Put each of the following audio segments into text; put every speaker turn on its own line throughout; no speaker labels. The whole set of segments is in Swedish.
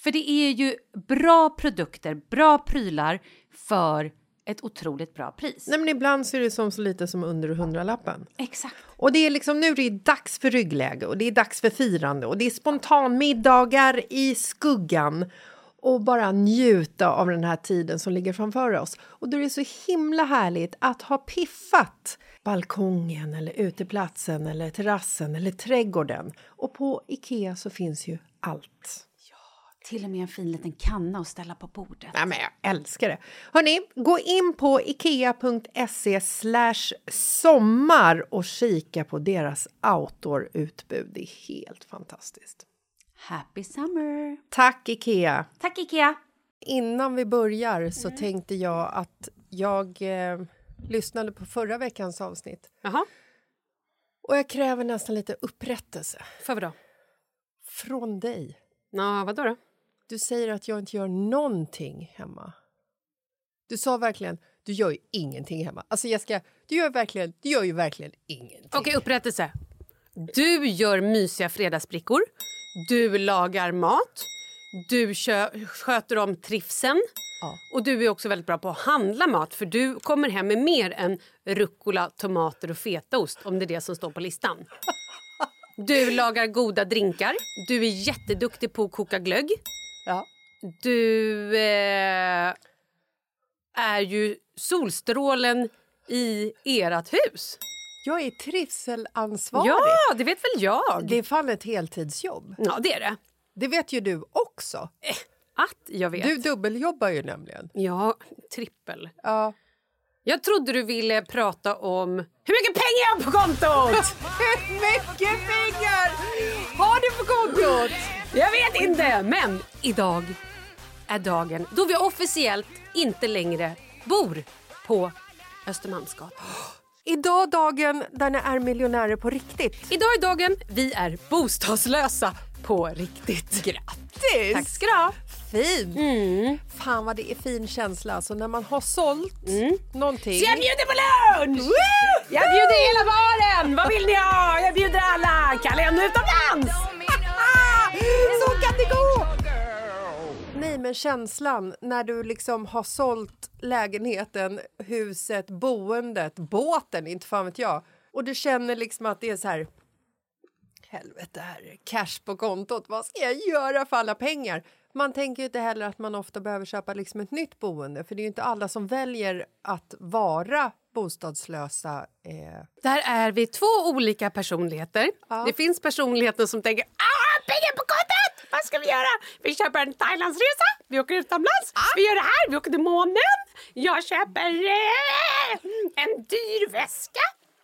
För det är ju bra produkter, bra prylar för ett otroligt bra pris.
Nej, men ibland så är det som så lite som under hundralappen.
Exakt.
Och det är liksom nu det är dags för ryggläge och det är dags för firande och det är spontanmiddagar i skuggan och bara njuta av den här tiden som ligger framför oss. Och då är det så himla härligt att ha piffat balkongen eller uteplatsen eller terrassen eller trädgården. Och på Ikea så finns ju allt.
Till och med en fin liten kanna att ställa på bordet.
Ja, men jag älskar det. Hörni, gå in på ikea.se sommar och kika på deras outdoor-utbud. Det är helt fantastiskt.
Happy summer!
Tack, Ikea!
Tack Ikea!
Innan vi börjar så tänkte jag att jag eh, lyssnade på förra veckans avsnitt
Jaha,
och jag kräver nästan lite upprättelse
för vadå?
från dig.
Nå, vadå då?
Du säger att jag inte gör någonting hemma. Du sa verkligen du gör ju ingenting hemma. Alltså Jessica, du gör, verkligen, du gör ju verkligen ingenting.
Okej, upprättelse. Du gör mysiga fredagsbrickor. Du lagar mat. Du kö- sköter om trivseln.
Ja.
Och du är också väldigt bra på att handla mat för du kommer hem med mer än rucola, tomater och fetaost om det är det som står på listan. Du lagar goda drinkar. Du är jätteduktig på att koka glögg.
Ja.
Du eh, är ju solstrålen i ert hus.
Jag är trivselansvarig.
Ja, det vet väl jag.
Det är fan ett heltidsjobb.
Ja, det är det.
Det vet ju du också.
Eh, Att jag vet.
Du dubbeljobbar ju nämligen.
Ja, trippel.
Ja.
Jag trodde du ville prata om hur mycket pengar jag har på kontot!
Hur mycket pengar har du på kontot?
jag vet inte, men idag är dagen då vi officiellt inte längre bor på Östermalmsgatan.
Idag dagen där ni är miljonärer på riktigt.
Idag är dagen vi är bostadslösa på riktigt.
Grattis!
Tack ska du ha.
Fint! Fan vad det är fin känsla alltså när man har sålt någonting.
Så jag bjuder på lunch! Jag bjuder hela baren! Vad vill ni ha? Jag bjuder alla! Kalle jag nu utomlands!
Så kan det gå! Nej men känslan när du liksom har sålt lägenheten, huset, boendet, båten, inte fan vet jag. Och du känner liksom att det är så här. helvete här är cash på kontot, vad ska jag göra för alla pengar? Man tänker ju inte heller att man ofta behöver köpa liksom ett nytt boende för det är ju inte alla som väljer att vara bostadslösa. Eh.
Där är vi två olika personligheter. Det finns personligheten som tänker ah, pengar på kontot! Vad ska vi göra? Vi köper en Thailandsresa, vi åker utomlands, vi gör det här, vi åker till månen. Jag köper eh, en dyr väska.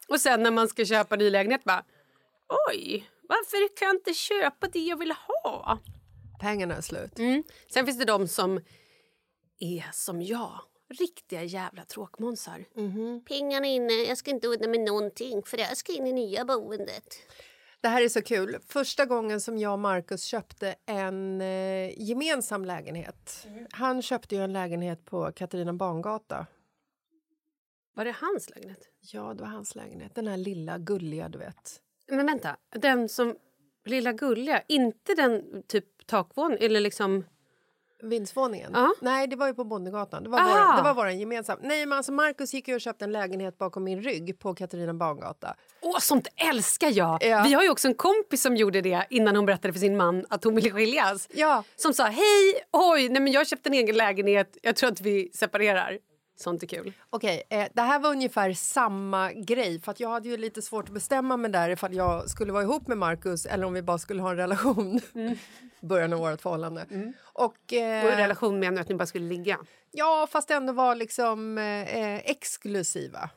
Och sen när man ska köpa ny lägenhet bara oj, varför kan jag inte köpa det jag vill ha?
Pengarna är slut.
Mm. Sen finns det de som är som jag. Riktiga jävla tråkmånsar. Mhm.
pengarna inne. Jag ska inte unna mig någonting för jag ska in i nya boendet.
Det här är så kul. Första gången som jag och Markus köpte en eh, gemensam lägenhet. Han köpte ju en lägenhet på Katarina Bangata.
Var det hans lägenhet?
Ja, det var hans lägenhet. Den här lilla gulliga, du vet.
Men vänta, den som... Lilla gulliga, inte den typ takvån eller liksom...
Vindsvåningen?
Ja.
Nej, det var ju på Bondegatan. Det var,
Aha.
vår, det var våran gemensam. Nej, men alltså Markus gick ju och köpte en lägenhet bakom min rygg på Katarina Bangata.
Åh, sånt älskar jag!
Ja.
Vi har ju också en kompis som gjorde det innan hon berättade för sin man att hon ville skiljas.
Ja.
Som sa hej, oj, nej men jag köpte en egen lägenhet, jag tror att vi separerar. Sånt är kul.
Okej, eh, det här var ungefär samma grej. För att Jag hade ju lite svårt att bestämma mig där ifall jag skulle vara ihop med Markus eller om vi bara skulle ha en relation.
Mm.
Början av vårt förhållande. Och,
Och i
eh,
Mm. relation menar du att ni bara skulle ligga?
ja, fast ändå var liksom eh, exklusiva.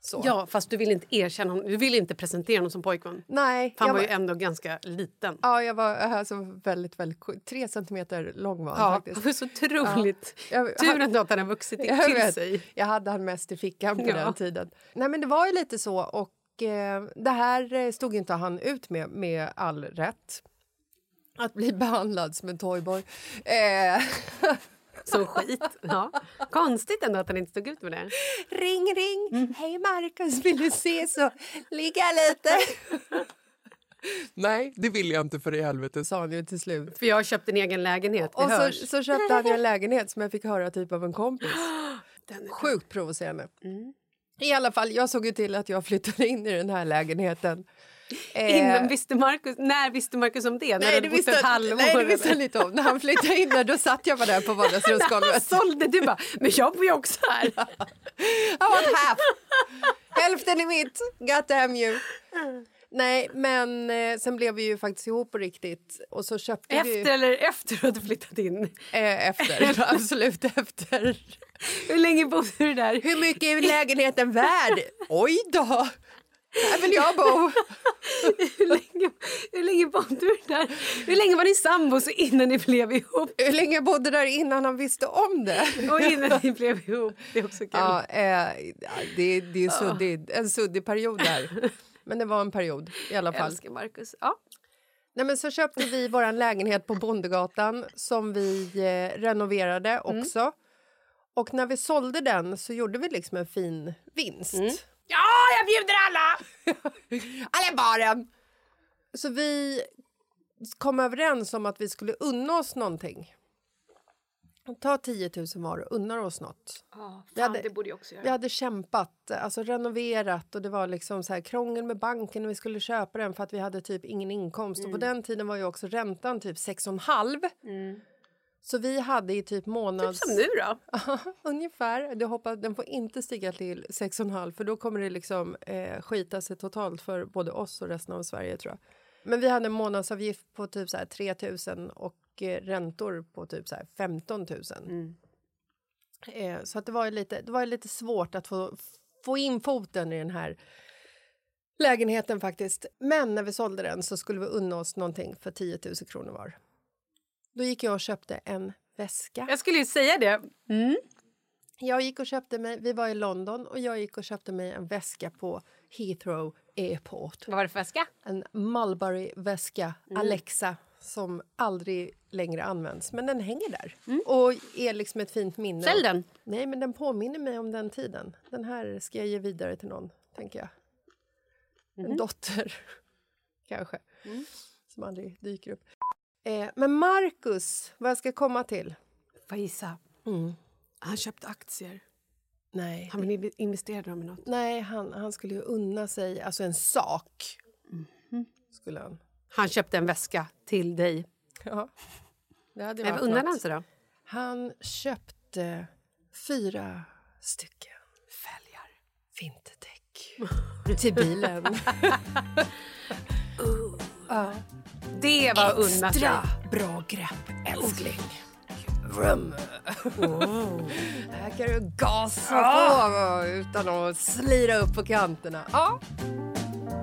Så.
Ja, fast du vill inte erkänna honom, du vill inte presentera honom som pojkvän.
Nej,
Han
jag
var ju
var-
ändå ganska liten.
Ja, jag var alltså, väldigt, väldigt... ko- Tre centimeter lång var han
Ja,
faktiskt.
det var så otroligt.
Ja. Jag-
Tur ändå att han har vuxit
Jag,
till sig.
vet, jag hade han mest i fickan på
Ja.
den tiden. Nej, men det var ju lite så. Och eh, Det här eh, stod inte han ut med, med all rätt. Att bli behandlad som en toyboy. Eh,
Som skit. Ja. Konstigt ändå att han inte stod ut med det.
ring, ring!
Mm.
Hej, Markus! Vill du ses och ligga lite?
Nej, det vill jag inte för i helvete.
sa han ju till slut.
För jag köpte en egen lägenhet, det
Och så,
hörs.
så köpte han ju en lägenhet som jag fick höra typ av en kompis. Sjukt provocerande. Mm. I alla fall, jag såg ju till att jag flyttade in i den här lägenheten. Eh,
Innan visste Marcus, när visste Marcus om det? När
Nej,
hade
det
bott
visste,
ett halvår?
nej, det visste han inte om. När han flyttade in där, då satt jag bara där på
Han
vardagsrumsgolvet.
sålde, du bara, men jag bor ju också här.
I want half! Hälften är mitt! God damn you! Nej, men eh, sen blev vi ju faktiskt ihop på riktigt. Och så köpte vi...
Efter eller efter du hade flyttat in?
Eh, efter. Absolut efter.
Hur länge bodde du där?
Hur mycket är lägenheten värd? Oj då! Här vill jag bo!
Hur länge, hur länge bodde du där? Hur länge var ni sambos innan ni blev ihop?
Hur länge jag bodde där innan han visste om det?
Och innan ni blev ihop. Det är också kul.
Ja, eh, det, det är suddigt. en suddig period där. Men det var en period i alla
jag
fall.
älskar Marcus. Ja.
Nej, men så köpte vi vår lägenhet på Bondegatan som vi eh, renoverade också. Och när vi sålde den så gjorde vi liksom en fin vinst.
ja, jag bjuder alla!
Alla i baren! Så vi kom överens om att vi skulle unna oss någonting. Ta 10 000 var och unna oss något. vi, hade,
Det borde jag också göra.
vi hade kämpat, alltså renoverat och det var liksom så här krångel med banken när vi skulle köpa den för att vi hade typ ingen inkomst. Och på den tiden var ju också räntan typ 6,5. Mm. Så vi hade i typ månads...
Som nu då?
Ungefär. Du hoppas, den får inte stiga till 6,5 för då kommer det liksom eh, skita sig totalt för både oss och resten av Sverige tror jag. Men vi hade en månadsavgift på typ så här 3 000 och eh, räntor på typ så här 15 000. Eh, så att det var ju lite, det var ju lite svårt att få, få in foten i den här lägenheten faktiskt. Men när vi sålde den så skulle vi unna oss någonting för 10 000 kronor var. Då gick jag och köpte en väska.
Jag skulle ju säga det.
Jag gick och köpte mig, vi var i London och jag gick och köpte mig en väska på Heathrow Airport.
Vad var det för väska?
En Mulberry-väska, Alexa, som aldrig längre används. Men den hänger där och är liksom ett fint minne.
Sälj den.
Nej, men den påminner mig om den tiden. Den här ska jag ge vidare till någon, tänker jag. En dotter, kanske, som aldrig dyker upp. Eh, men Marcus, vad jag ska komma till?
Får jag gissa? Han köpte aktier.
Nej,
Han vill inve- investera dem i något.
Nej, han, han skulle ju unna sig alltså en sak. Skulle han.
Han köpte en väska till dig.
Ja. Det hade
Men
varit
vad undrade han
något.
sig då?
Han köpte fyra stycken fälgar, vinterdäck, till bilen.
Det var att unna sig.
Extra bra grepp, älskling. Rum. Oh. Här kan du gasa på utan att slira upp på kanterna. Ja.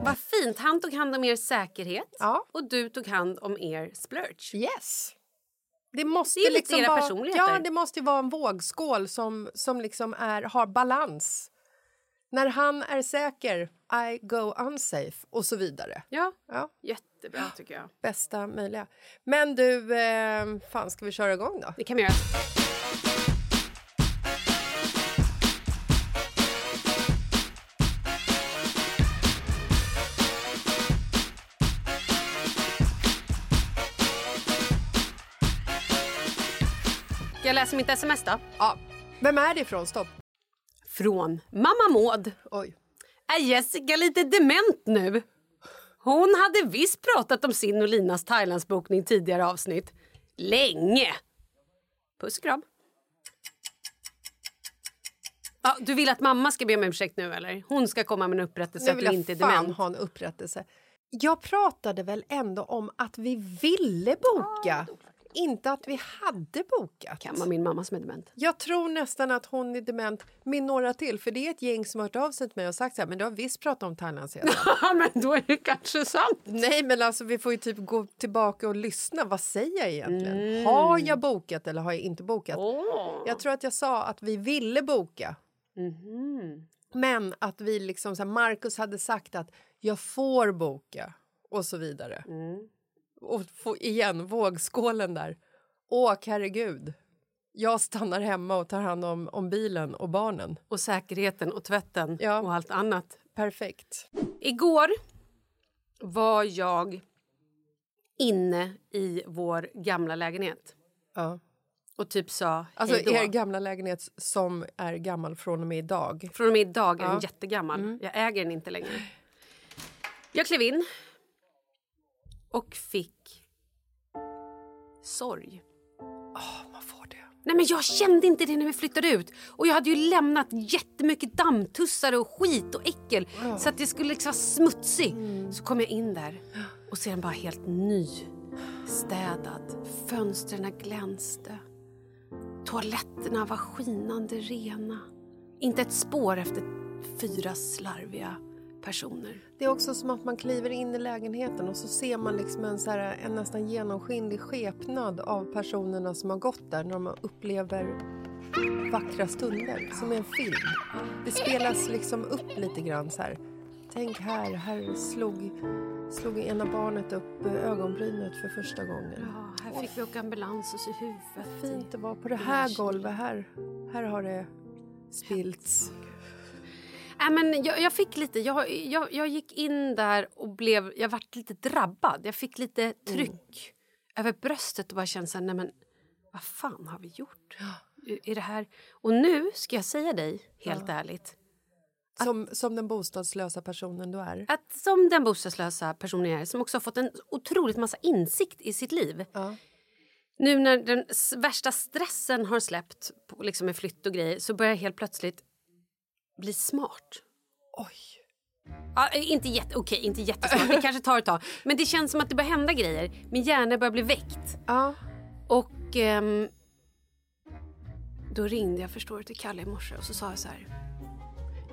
Vad fint. Han tog hand om er säkerhet
Ja.
och du tog hand om er splurge.
Yes. Det måste
Det är lite
liksom
era
vara,
personligheter.
Ja, det måste ju vara en vågskål som, som liksom är, har balans. När han är säker, I go unsafe och så vidare.
Ja,
Ja,
jättebra tycker jag.
bästa möjliga. Men du, eh, fan ska vi köra igång då?
Det kan vi göra. Ska jag läsa mitt sms då?
Ja. Vem är det ifrån? Stopp.
Från mamma Maud.
Oj.
Är Äh, Jessica lite dement nu? Hon hade visst pratat om sin och Linas Thailandsbokning tidigare avsnitt. Länge! Puss och kram. Ja, du vill att mamma ska be om ursäkt nu eller? Hon ska komma med en upprättelse
Nu
att
vill
du
jag
inte är
fan
dement.
ha en upprättelse. Jag pratade väl ändå om att vi ville boka, inte att vi hade bokat.
Kan vara min mamma som är dement.
Jag tror nästan att hon är dement med några till. För det är ett gäng som har hört av sig till mig och sagt så här, men du har visst pratat om Thailand sedan.
Ja, men då är det kanske sant.
Nej, men alltså vi får ju typ gå tillbaka och lyssna. Vad säger jag egentligen? Har jag bokat eller har jag inte bokat? Jag tror att jag sa att vi ville boka. Men att vi liksom, så här, Marcus hade sagt att jag får boka och så vidare. Och få, igen, vågskålen där. Åk, herregud. Jag stannar hemma och tar hand om, om bilen och barnen.
Och säkerheten och tvätten
Ja.
och allt annat.
Perfekt.
Igår var jag inne i vår gamla lägenhet
Ja.
och typ sa
Alltså,
hej då.
er gamla lägenhet som är gammal från och med idag.
Från och med idag är den jättegammal.
Mm.
Jag äger den inte längre. Jag klev in och fick sorg.
Man får det.
Nej men jag kände inte det när vi flyttade ut. Och jag hade ju lämnat jättemycket dammtussar och skit och äckel. Så att det skulle liksom vara smutsig. Så kom jag in där och ser den bara helt ny. Städad. Fönstren glänste. Toaletterna var skinande rena. Inte ett spår efter fyra slarviga personer.
Det är också som att man kliver in i lägenheten och så ser man liksom en, så här, en nästan genomskinlig skepnad av personerna som har gått där när de upplever vackra stunder, som i en film. Det spelas liksom upp lite grann så här. Tänk här, här slog, slog ena barnet upp eh, ögonbrynet för första gången.
Ja, här fick vi åka ambulans och så i huvudet.
Fint det var på det här golvet, här, här har det spillts.
Nej, Äh, men jag, jag fick lite... Jag, jag, jag gick in där och blev... Jag vart lite drabbad. Jag fick lite tryck över bröstet och bara kände så här, nej men vad fan har vi gjort? Är- Är det här... Och nu ska jag säga dig, helt ärligt,
Som, som den bostadslösa personen du är.
att som den bostadslösa personen jag är som också har fått en otroligt massa insikt i sitt liv.
Ja.
Nu när den s- värsta stressen har släppt på, liksom med flytt och grejer så börjar jag helt plötsligt bli smart.
Oj!
Ja, eh, inte, jätte, okay, inte jättesmart, det kanske tar ett tag. Men det känns som att det börjar hända grejer. Min hjärna börjar bli väckt.
Ja.
Och ehm, då ringde jag förstår du till Kalle i morse och så sa jag så här.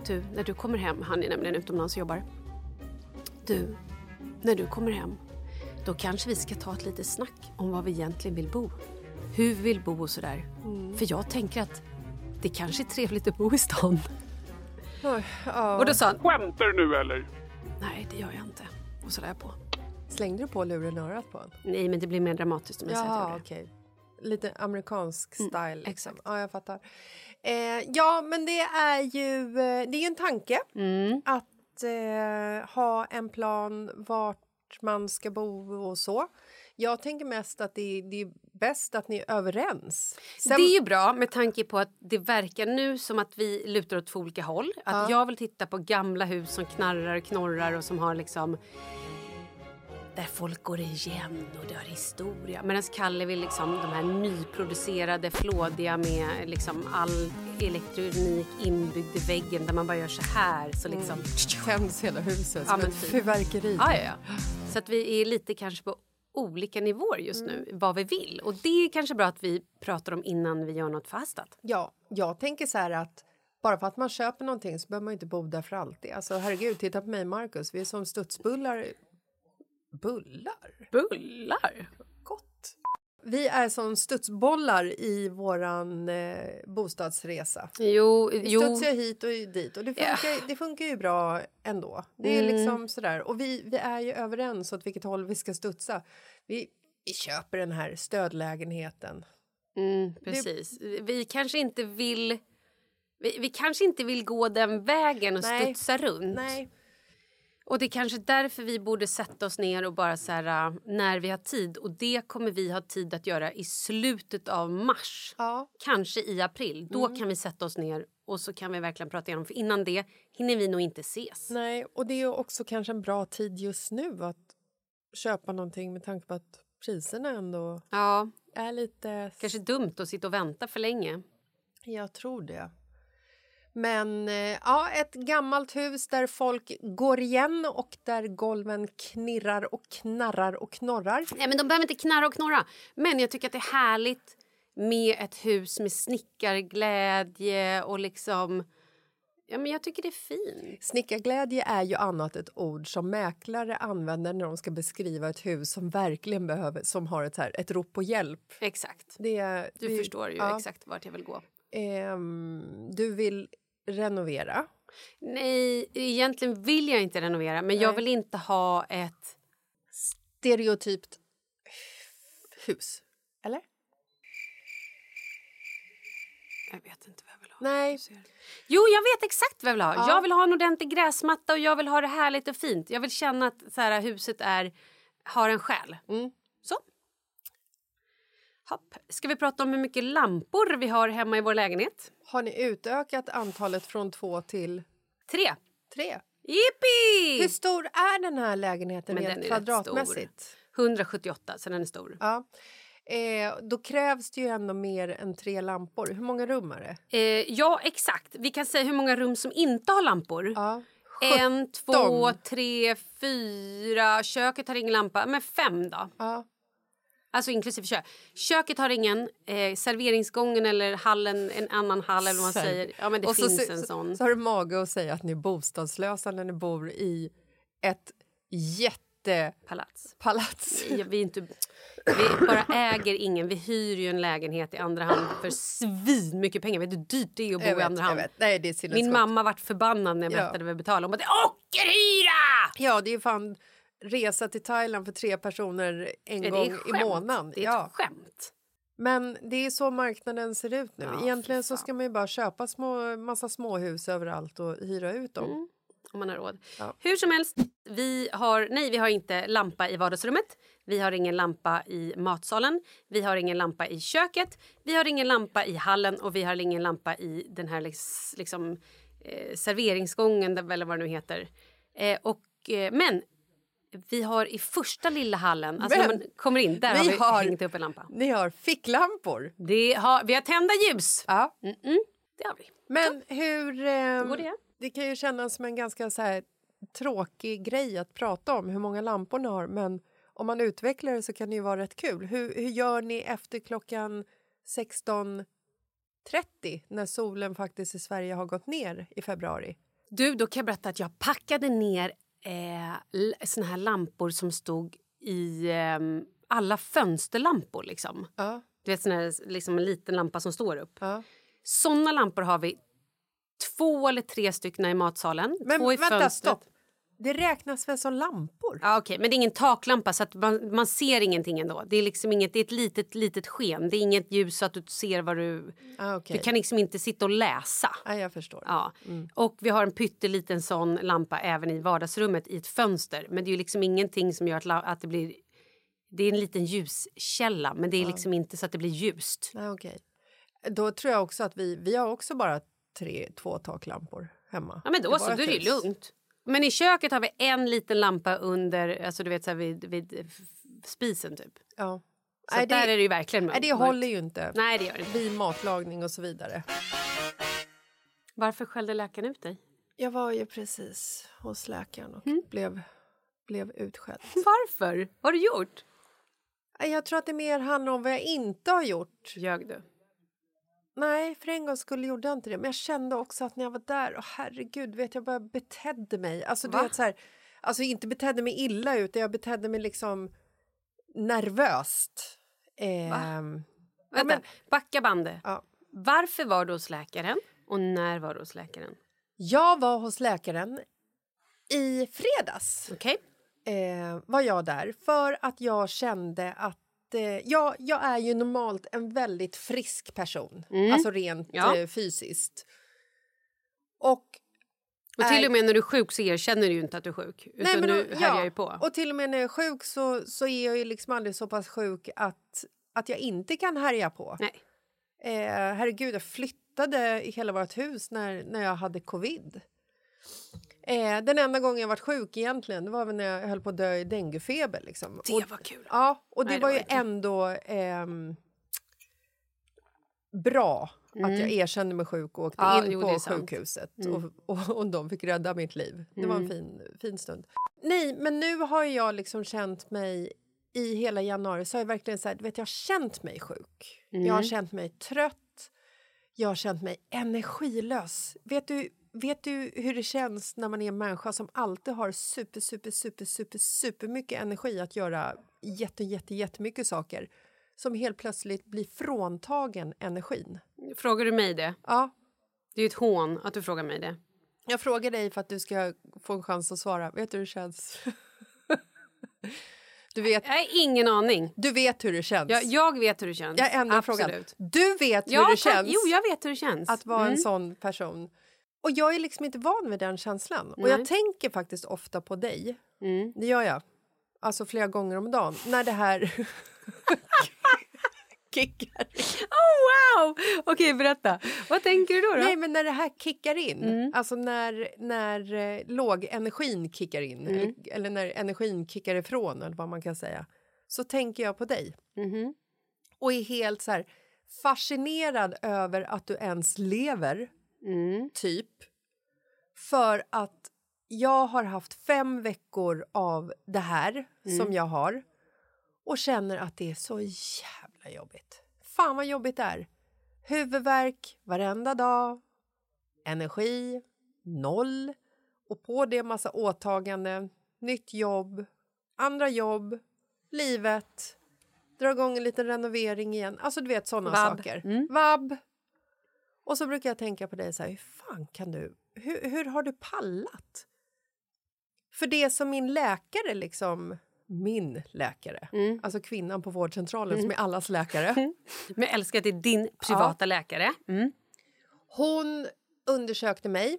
Du, när du kommer hem, han är nämligen utomlands och jobbar. Du, när du kommer hem, då kanske vi ska ta ett litet snack om vad vi egentligen vill bo. Hur vi vill bo och sådär. För jag tänker att det kanske är trevligt att bo i stan.
Oj, ja.
Och då sa han,
Skämtar du nu eller?
nej det gör jag inte. Och så la jag på.
Slängde du på luren i örat på honom?
Nej, men det blir mer dramatiskt om jag säger att jag
Jaha,
gör det. Mm,
okej. Lite amerikansk style. liksom.
exakt.
Ja, jag fattar. Eh, ja, men det är ju eh, det är ju en tanke
Mm.
att eh, ha en plan vart man ska bo och så. Jag tänker mest att det, det är bäst att ni är överens. Sen,
Det är ju bra med tanke på att det verkar nu som att vi lutar åt två olika håll. Att jag vill titta på gamla hus som knarrar och knorrar och som har liksom... där folk går igen och dör historia. Medan Kalle vill liksom de här nyproducerade, flådiga med liksom all elektronik inbyggd i väggen där man bara gör så här. Så liksom...
Tänds hela huset
Ja,
som
men
ett
typ.
fyrverkeri.
Ja, ja, ja. Så att vi är lite kanske på olika nivåer just nu,
Mm.
vad vi vill. Och det är kanske bra att vi pratar om innan vi gör något förhastat.
Ja, jag tänker så här att bara för att man köper någonting så behöver man ju inte bo där för alltid. Alltså herregud, titta på mig Marcus, vi är som studsbullar. Bullar?
Bullar?
Gott. Vi är som studsbollar i våran eh, bostadsresa.
Jo,
Vi
jo.
studsar hit och dit och det funkar, det funkar ju bra ändå. Det
Mm.
är liksom sådär. Och vi, vi är ju överens åt vilket håll vi ska studsa. Vi, vi köper den här stödlägenheten.
Mm, precis. Vi kanske inte vill... Vi, vi kanske inte vill gå den vägen och
Nej.
studsa runt.
Nej,
Och Det är kanske därför vi borde sätta oss ner och bara så här, äh, när vi har tid. Och Det kommer vi ha tid att göra i slutet av mars,
ja.
kanske i april. Då
Mm.
kan vi sätta oss ner och så kan vi verkligen prata igenom. För Innan det hinner vi nog inte ses.
Nej, och det är ju också kanske en bra tid just nu att köpa någonting med tanke på att priserna ändå
Ja,
är lite...
Kanske dumt att sitta och vänta för länge.
Jag tror det. Men eh, ja, ett gammalt hus där folk går igen och där golven knirrar och knarrar och knorrar.
Nej, men De behöver inte knarra och knorra. Men jag tycker att det är härligt med ett hus med snickarglädje och liksom... Ja, men jag tycker det är fint.
Snickarglädje är ju annat ett ord som mäklare använder när de ska beskriva ett hus som verkligen behöver, som har ett, så här, ett rop på hjälp.
Exakt.
Det,
Du
det-
förstår ju
ja.
exakt vart jag vill gå.
Ehm, du vill renovera.
Nej, egentligen vill jag inte renovera, men jag
Nej.
vill inte ha ett...
Stereotypt hus. Eller?
Jag vet inte vad jag vill ha.
Nej.
Jo, jag vet exakt vad jag vill ha.
Ja.
Jag vill ha en ordentlig gräsmatta och jag vill ha det härligt och fint. Jag vill känna att så här, huset är, har en själ.
Mm.
Så. Hopp. Ska vi prata om hur mycket lampor vi har hemma i vår lägenhet?
Har ni utökat antalet från två till
Tre.
tre? Hur
Jippi!
stor är den här lägenheten
Men
rent
den är rätt stor.
kvadratmässigt?
178, så den är stor.
Ja. Eh, då krävs det ju ändå mer än tre lampor. Hur många rum är det?
Eh, ja, exakt. Vi kan säga hur många rum som inte har lampor.
Ja.
En, två, tre, fyra... Köket har ingen lampa. Men fem, då.
Ja.
Alltså inklusive kök. Köket har ingen. Eh, serveringsgången eller hallen, en annan hall eller vad man
Serv-
säger. Ja, men det
Och så,
finns
så-
en sån.
Så har du mage att säga att ni är bostadslösa när ni bor i ett jättepalats.
palats. Ja, vi, är inte, vi bara äger ingen. Vi hyr ju en lägenhet i andra hand för svin mycket pengar. Vet du hur dyrt det är att bo
Jag
i
vet,
andra
jag
hand?
vet. Nej, det är
Min
sinnessjukt.
mamma vart förbannad när jag
Ja.
berättade vad jag betalade. Hon bara “Ockerhyra!”
Ja, det är ju fan resa till Thailand för tre personer en
Det är
gång
ett
i
skämt.
månaden.
Det är
ja.
ett skämt.
Men det är så marknaden ser ut nu.
Ja,
Egentligen
fy
så
fan.
ska man ju bara köpa små, massa småhus överallt och hyra ut dem.
Mm. Om man har råd.
Ja.
Hur som helst, vi har, nej, vi har inte lampa i vardagsrummet. Vi har ingen lampa i matsalen. Vi har ingen lampa i köket. Vi har ingen lampa i hallen och vi har ingen lampa i den här liksom, liksom, eh, serveringsgången, där- eller vad det nu heter. Eh, och, eh, men vi har i första lilla hallen, alltså när
Men
man kommer in, där
vi
har vi
har-
hängt upp en lampa.
Ni har ficklampor.
Det har, vi har tända ljus!
Ja.
Mm-mm, det har vi.
Men hur... ehm,
går det.
det kan ju kännas som en ganska så här, tråkig grej att prata om, hur många lampor ni har. Men om man utvecklar det så kan det ju vara rätt kul. Hur, hur gör ni efter klockan 16.30 när solen faktiskt i Sverige har gått ner i februari?
Du, då kan jag berätta att jag packade ner eh, l- såna här lampor som stod i eh, alla fönsterlampor. Liksom.
Ja,
Du vet, sån här, liksom en liten lampa som står upp.
ja.
Såna lampor har vi två eller tre stycken i matsalen.
Men
två i
vänta,
fönstret.
stopp! Det räknas väl som lampor?
Ja, okej, Men det är ingen taklampa, så att man, man ser ingenting ändå. Det är, liksom inget, det är ett litet, litet sken. Det är inget ljus så att du ser vad du...
Ah, okej.
Du kan liksom inte sitta och läsa.
Ja, jag förstår.
Ja.
Mm.
Och vi har en pytteliten sån lampa även i vardagsrummet i ett fönster. Men det är ju liksom ingenting som gör att, la- att det blir... Det är en liten ljuskälla, men det är liksom inte så att det blir ljust.
Nej, Ah, okej. Då tror jag också att vi, vi har också bara tre, två taklampor hemma.
Ja, men
i
då så,
vårt
då är det
hus.
ju lugnt. Men i köket har vi en liten lampa under, alltså du vet så här vid, vid f- spisen typ.
Ja.
Så
Nej,
att där är det ju verkligen
Nej, det
mörkt.
håller ju inte.
Nej, det gör det inte.
Vid matlagning och så vidare.
Varför skällde läkaren ut dig?
Jag var ju precis hos läkaren och
Mm.
blev, blev utskälld.
Varför? Vad har du gjort?
Nej, Jag tror att det mer handlar om vad jag inte har gjort.
Ljög du?
Nej, för en gång skulle gjorde jag inte det. Men jag kände också att när jag var där, åh herregud, vet jag bara jag betedde mig. Alltså, du
Va?
vet, så här, alltså inte betedde mig illa utan jag betedde mig liksom nervöst. Ehm,
Vänta,
men-
backa bandet.
ja.
Varför var du hos läkaren och när var du hos läkaren?
Jag var hos läkaren i fredags.
Okej?
eh, var jag där för att jag kände att eh, jag, jag är ju normalt en väldigt frisk person, alltså rent
Mm. Ja.
eh, fysiskt. Och,
Och till
Nej.
och med när du är sjuk så erkänner du ju inte att du är sjuk. Utan
Nej, men,
du
och-
härjar ju på.
Och till och med när jag är sjuk så, så är jag ju liksom aldrig så pass sjuk att, att jag inte kan härja på.
Nej.
Eh, herregud, jag flyttade i hela vårt hus när, när jag hade covid. Eh, den enda gången jag varit sjuk egentligen det var väl när jag höll på att dö i denguefeber. Liksom.
Det var kul.
Ja, och det
Nej, det
var
var
ju
inte.
ändå ehm, bra att jag erkände mig sjuk och åkte
Mm. Ja,
in
jo, det
på
är sant. Mm.
sjukhuset och, och, och de fick rädda mitt liv. Det var en fin, fin stund. Nej, men nu har jag liksom känt mig i hela januari så har jag verkligen så här, du vet, jag har känt mig sjuk. Jag
Mm.
har känt mig trött. Jag har känt mig energilös. Vet du, vet du hur det känns när man är en människa som alltid har super, super, super, super, super mycket energi att göra jätte, jätte, jättemycket saker som helt plötsligt blir fråntagen energin?
Frågar du mig det?
Ja,
Det är ju ett hån att du frågar mig det.
jag frågar dig för att du ska få en chans att svara. Vet du hur det känns? du, vet,
Jag har ingen aning.
du vet hur det känns.
Jag, jag vet hur det känns.
Jag ändrar frågan.
Absolut.
Du vet
Ja,
hur det
tack.
känns
Jo, jag vet hur det känns.
att vara en sån person. Och jag är liksom inte van vid den känslan. Och jag tänker faktiskt ofta på dig. Det gör jag. Alltså flera gånger om dagen. När det här kickar in.
Oh, wow! Okej, berätta. Vad tänker du då? då?
Nej, men när det här kickar in. Alltså när, när eh, lågenergin kickar in. Eller, eller när energin kickar ifrån, eller vad man kan säga. Så tänker jag på dig. och är helt så här fascinerad över att du ens lever, typ. För att jag har haft fem veckor av det här som jag har och känner att det är så jävla jobbigt. Fan vad jobbigt det är. Huvudvärk varenda dag, energi, noll och på det massa åtaganden, nytt jobb, andra jobb, livet, dra igång en liten renovering igen. Alltså du vet sådana
Vab.
saker. Vab. Och så brukar jag tänka på dig så här, hur fan kan du, hur, hur har du pallat? För det som min läkare liksom, min läkare, alltså kvinnan på vårdcentralen som är allas läkare.
Men jag älskar att det är din privata läkare. Mm.
Hon undersökte mig,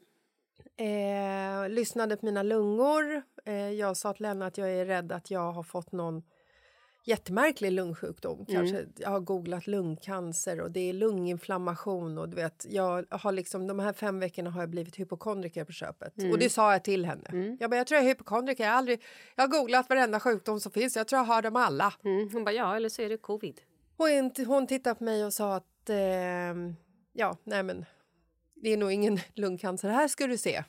eh, lyssnade på mina lungor. Eh, jag sa till henne att jag är rädd att jag har fått någon jättemärklig lungsjukdom. Kanske, jag har googlat lungcancer och det är lunginflammation. Och du vet, jag har liksom, de här fem veckorna har jag blivit hypokondriker på köpet. Och det sa jag till henne. Jag, bara, jag tror jag är hypokondriker. Jag har, aldrig, jag har googlat varenda sjukdom som finns. Jag tror jag har dem alla.
Mm. Hon bara, ja, eller så är det covid.
Hon, hon tittade på mig och sa att eh, ja, nej men det är nog ingen lungcancer här ska du se.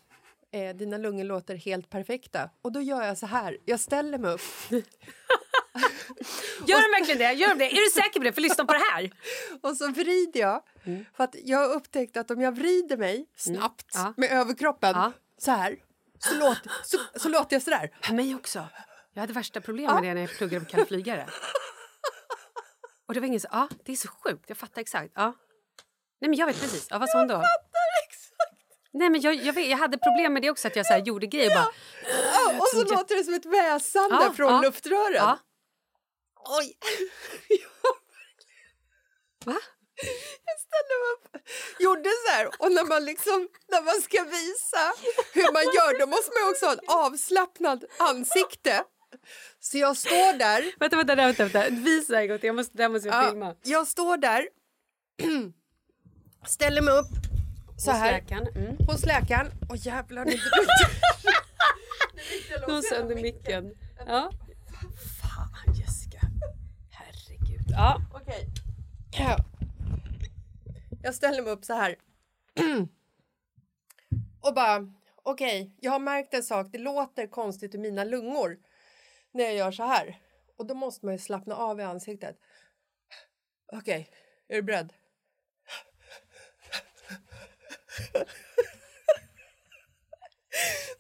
Eh, dina lungor låter helt perfekta. Och då gör jag så här, jag ställer mig upp
Gör de verkligen det? Gör de det? Är du säker på det? För lyssna på det här.
och så vrider jag.
Mm.
För att jag har upptäckt att om jag vrider mig snabbt
Mm. Ja.
med överkroppen
Ja.
så här så, låt, så, så låter jag så där.
För mig också. Jag hade värsta problem med det när jag pluggade på Kalle Flygare. Och det var ingen så, ja, det är så sjukt. Jag fattar exakt. Ja. Nej, men jag vet precis. Ja, vad sa hon då? Nej, men jag, jag, vet, jag hade problem med det också, att jag så här, gjorde grejer och bara...
Ja, och så
Som-
låter det som ett väsande
Ja,
från
ja.
luftrören.
Ja.
Oj!
Va?
Jag ställde mig upp, gjorde så här och när man liksom, när man ska visa hur man gör då måste man ju också ha ett avslappnat ansikte. Så jag står där,
Vänta, vänta, nej, vänta, vänta. Visa en gång till. Jag måste, det här måste jag filma.
ja, jag står där, ställer mig upp så här
Läkaren. Mm.
hos läkaren. Åh jävlar, nu
Någon sönder micken. Ja. Fan Jessica. Herregud. Ja.
Okej. Jag ställer mig upp så här. Och bara, okej, jag har märkt en sak. Det låter konstigt i mina lungor när jag gör så här. Och då måste man ju slappna av i ansiktet. Okej, är du beredd?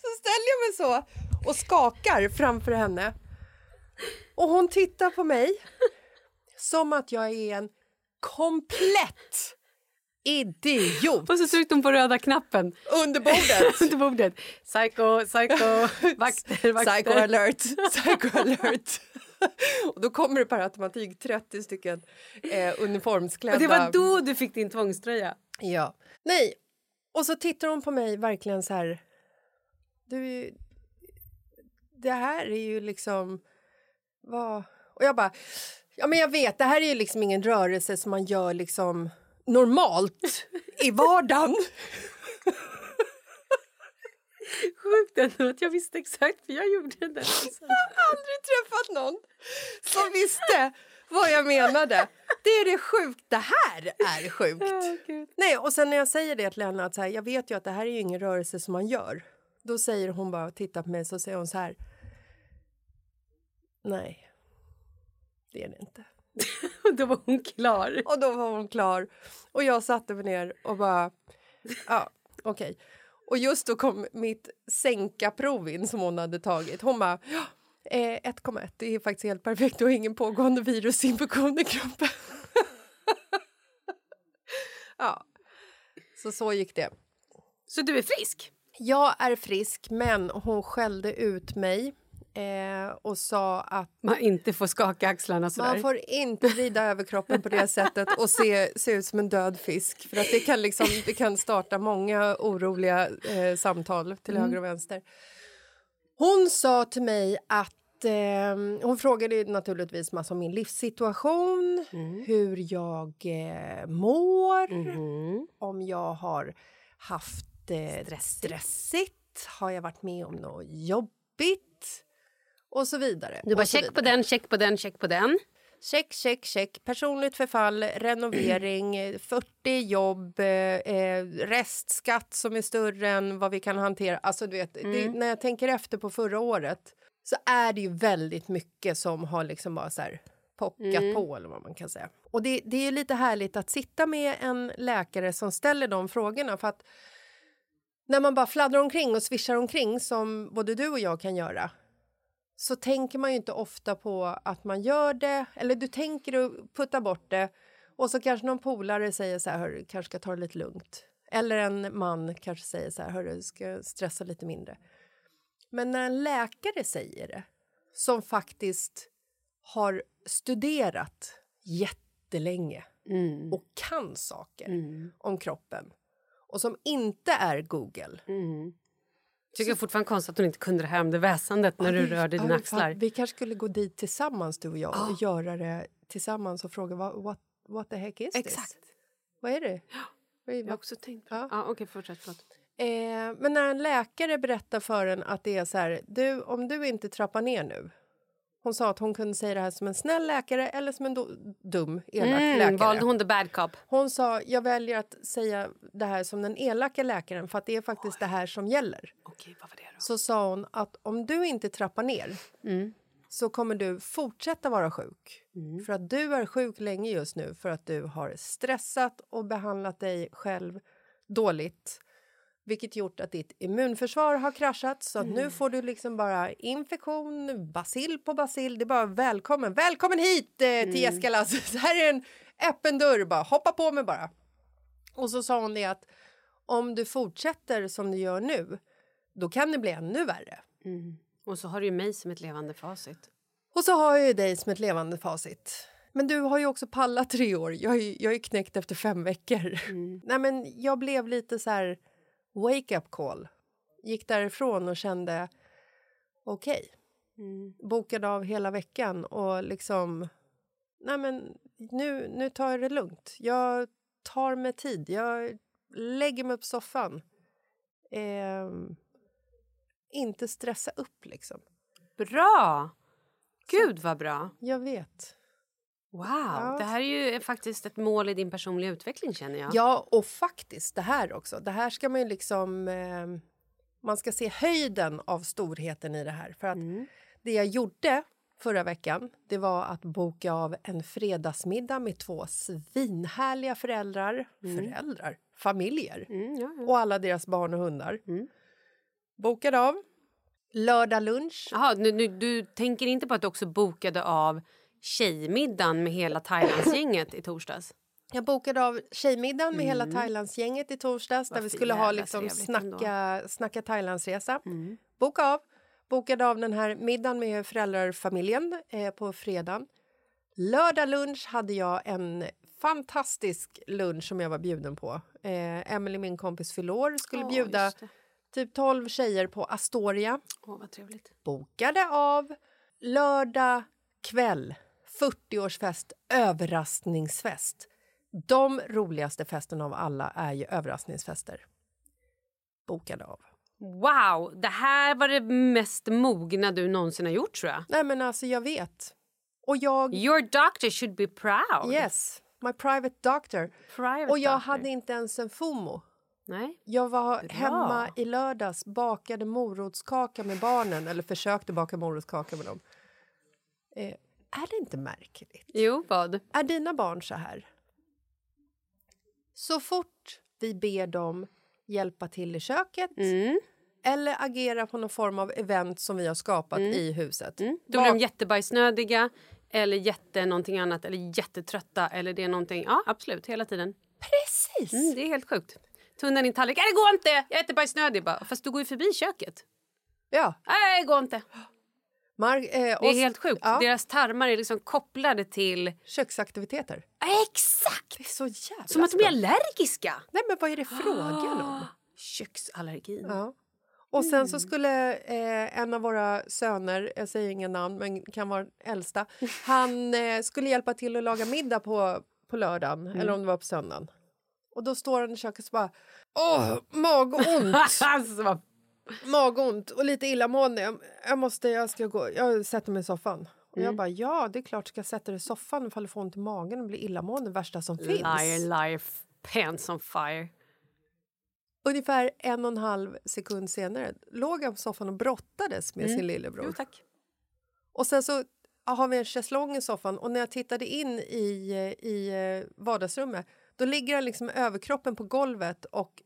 Så ställer jag mig så och skakar framför henne. Och hon tittar på mig som att jag är en komplett idiot
Och så tryckte hon på röda knappen
under bordet.
under bordet. Psycho, psycho, vakter, vakter.
Psycho alert, psycho alert. Och då kommer det per automatik 30 stycken eh, uniformsklädda.
Och det var då du fick din tvångströja.
Ja. Nej, och så tittar hon på mig verkligen så här... Du, det här är ju liksom... Vad... Och jag bara... Ja, men jag vet, det här är ju liksom ingen rörelse som man gör liksom normalt i vardagen.
Sjukt ändå att jag visste exakt för jag gjorde det. Alltså.
Jag har aldrig träffat någon som visste vad jag menade. Det är det sjukt. Det här är sjukt. Nej, och sen när jag säger det till henne att så här, jag vet ju att det här är ju ingen rörelse som man gör. Då säger hon bara, titta på mig, så säger hon så här. Nej, det är det inte.
Och då var hon klar.
Och då var hon klar. Och jag satte mig ner och bara, ja, okej. Och just då kom mitt sänkaprov in som hon hade tagit. Hon bara, ja, eh, 1,1, det är faktiskt helt perfekt. Du har ingen pågående virusinfektion i kroppen. ja, så så gick det.
Så du är frisk?
Jag är frisk, men hon skällde ut mig eh, och sa att
Man inte får skaka axlarna sådär.
man får inte vrida över kroppen på det sättet och se, se ut som en död fisk. För att det kan, liksom, det kan starta många oroliga eh, samtal till
Mm.
höger och vänster. Hon sa till mig att... Eh, hon frågade ju naturligtvis massa om min livssituation,
Mm.
hur jag eh, mår,
Mm-hmm.
om jag har haft eh, stressigt, har jag varit med om något jobbigt och så vidare.
Du bara
och så
check på den, check på den, check på den.
Check, check, check. Personligt förfall, renovering, eh, 40 jobb, eh, eh, restskatt som är större än vad vi kan hantera. Alltså, du vet, det, när jag tänker efter på förra året så är det ju väldigt mycket som har liksom bara så här pockat på, eller vad man kan säga. Och det, det är ju lite härligt att sitta med en läkare som ställer de frågorna. för att när man bara fladdrar omkring och svischar omkring som både du och jag kan göra så tänker man ju inte ofta på att man gör det. Eller du tänker och puttar bort det och så kanske någon polare säger så här, hörru, kanske ska ta det lite lugnt. Eller en man kanske säger så här, hörru, ska jag stressa lite mindre. Men när en läkare säger det, som faktiskt har studerat jättelänge och kan saker om kroppen och som inte är Google.
Tycker fortfarande konstigt att hon inte kunde det här om det väsandet när du
Ja,
rörde
ja,
dina
fan,
axlar. Ah.
Vi kanske skulle gå dit tillsammans, du och jag, och göra det tillsammans och fråga vad, what, what the heck is this? Vad är det? Vad är-
Jag har också tänkt på det.
Ja.
Ja, okej, fortsätt. Förlåt.
Eh, men när en läkare berättar för en att det är så här, du, om du inte trappar ner nu. Hon sa att hon kunde säga det här som en snäll läkare eller som en do- dum, elak
Mm,
läkare.
valde hon the bad cop?
Hon sa jag väljer att säga det här som den elaka läkaren för att det är faktiskt det här som gäller.
Okej, vad var det då?
Så sa hon att om du inte trappar ner så kommer du fortsätta vara sjuk. För att du är sjuk länge just nu för att du har stressat och behandlat dig själv dåligt. Vilket gjort att ditt immunförsvar har kraschat så att nu får du liksom bara infektion, basil på basil. Det är bara välkommen, välkommen hit eh, till Jessica Lasse. Så här är en öppen dörr, bara hoppa på mig bara. Och så sa hon det att om du fortsätter som du gör nu, då kan det bli ännu värre.
Och så har du ju mig som ett levande facit.
Och så har jag ju dig som ett levande facit. Men du har ju också pallat tre år. Jag är, ju- jag är ju knäckt efter fem veckor. Nej, men jag blev lite så här wake-up call. Gick därifrån och kände okej. Bokade av hela veckan och liksom... Nej, men nu, nu tar jag det lugnt. Jag tar mig tid. Jag lägger mig upp soffan. Ehm, inte stressa upp liksom.
Bra! Gud vad bra.
Jag vet.
Wow, det här är ju faktiskt ett mål i din personliga utveckling känner jag.
Ja, och faktiskt det här också. Det här ska man ju liksom... Eh, man ska se höjden av storheten i det här. För att Det jag gjorde förra veckan det var att boka av en fredagsmiddag med två svinhärliga föräldrar. Föräldrar? Familjer. Och alla deras barn och hundar. Bokade av. Lördag lunch.
Jaha, nu, nu, du tänker inte på att du också bokade av tjejmiddagen med hela Thailandsgänget i torsdags?
Jag bokade av tjejmiddagen med hela Thailandsgänget i torsdags där
Mm. Vad
vi
för
skulle ha
jävla
liksom
trevligt Mm.
snacka, snacka Thailandsresa. Boka av. Bokade av den här middagen med föräldrafamiljen eh, på fredagen. Lördag lunch hade jag en fantastisk lunch som jag var bjuden på. Eh, Emily, min kompis, förlor skulle bjuda typ 12 tjejer på Astoria
Åh, vad trevligt.
bokade av lördag kväll. 40-årsfest, överraskningsfest. De roligaste festerna av alla är ju överraskningsfester. Bokade av.
Wow, det här var det mest mogna du någonsin har gjort tror jag.
Nej, men alltså jag vet. Och jag...
Your doctor should be proud.
Yes, my private doctor.
Private
Och jag
doctor.
hade inte ens en FOMO.
Nej.
Jag var hemma i lördags, bakade morotskaka med barnen. Eller försökte baka morotskaka med dem. Eh, är det inte märkligt?
Jo, vad?
Är dina barn så här? Så fort vi ber dem hjälpa till i köket eller agera på någon form av event som vi har skapat i huset.
Då blir de jättebajsnödiga eller jätte någonting annat eller jättetrötta eller det är någonting. Ja, absolut, hela tiden.
Precis!
Mm, det är helt sjukt. Tunna din tallrik. Nej, det går inte! Jag är jättebajsnödig. Bara, Fast du går ju förbi köket.
Ja,
Nej, det går inte.
Mar- eh,
Det är
och-
helt sjukt.
Ja,
Deras tarmar är liksom kopplade till...
Köksaktiviteter.
Exakt!
Det är så jävla Ah.
Som att de är
skumt.
allergiska.
Nej, men vad är det frågan om?
Köksallergin.
Ja. Och sen så skulle eh, en av våra söner, jag säger inga namn men kan vara den äldsta, han eh, skulle hjälpa till att laga middag på, på lördagen eller om det var på söndagen. Och då står han i köket och bara åh, magont,
Alltså, vad-
magont och lite illamående. Jag, jag måste, jag ska gå, jag sätter mig i soffan. Och jag bara ja, det är klart ska jag sätta dig i soffan ifall du får ont i magen och blir illamående, värsta som finns.
liar, liar, f- pants on fire.
Ungefär en och en halv sekund senare låg han på soffan och brottades
Mm.
med sin lillebror.
Jo, tack.
Och sen så har vi en schäslong i soffan och när jag tittade in i, eh, i eh, vardagsrummet då ligger han liksom överkroppen på golvet och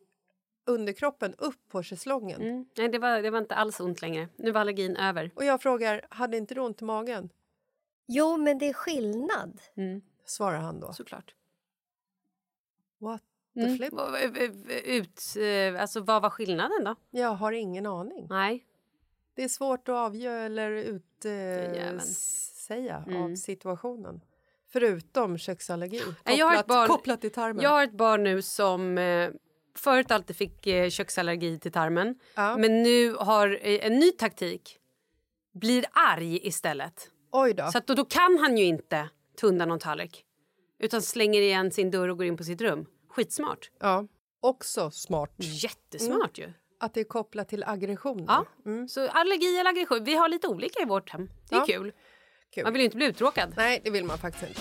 underkroppen upp på schäslongen.
Mm. Nej, det var, det var inte alls ont längre. Nu var allergin över.
Och jag frågar, hade inte du ont i magen? Mm,
Jo, men det är skillnad.
Svarar han då.
Såklart.
What the
Mm.
flip?
Vad- vad- Ut, eh, alltså, vad var skillnaden då?
Jag har ingen aning.
Nej.
Det är svårt att avgöra eller
jäveln. Mm.
utsäga av situationen. Förutom köksallergi. Kopplat,
Nej, jag har ett barn-
kopplat till tarmen.
Jag har ett barn nu som eh, förut alltid fick eh, köksallergi till tarmen.
Ja.
Men nu har eh, en ny taktik. Blir arg istället.
Oj då.
Så att då, då kan han ju inte tunna någon tallrik. Utan slänger igen sin dörr och går in på sitt rum. Skitsmart.
Ja. Också smart.
Jättesmart ju.
Att det är kopplat till aggressioner.
Mm. Ja. Så allergi eller aggression, vi har lite olika i vårt hem. Det är
Mm. Ja.
kul.
Kul.
Man vill ju inte bli uttråkad.
Nej, det vill man faktiskt inte.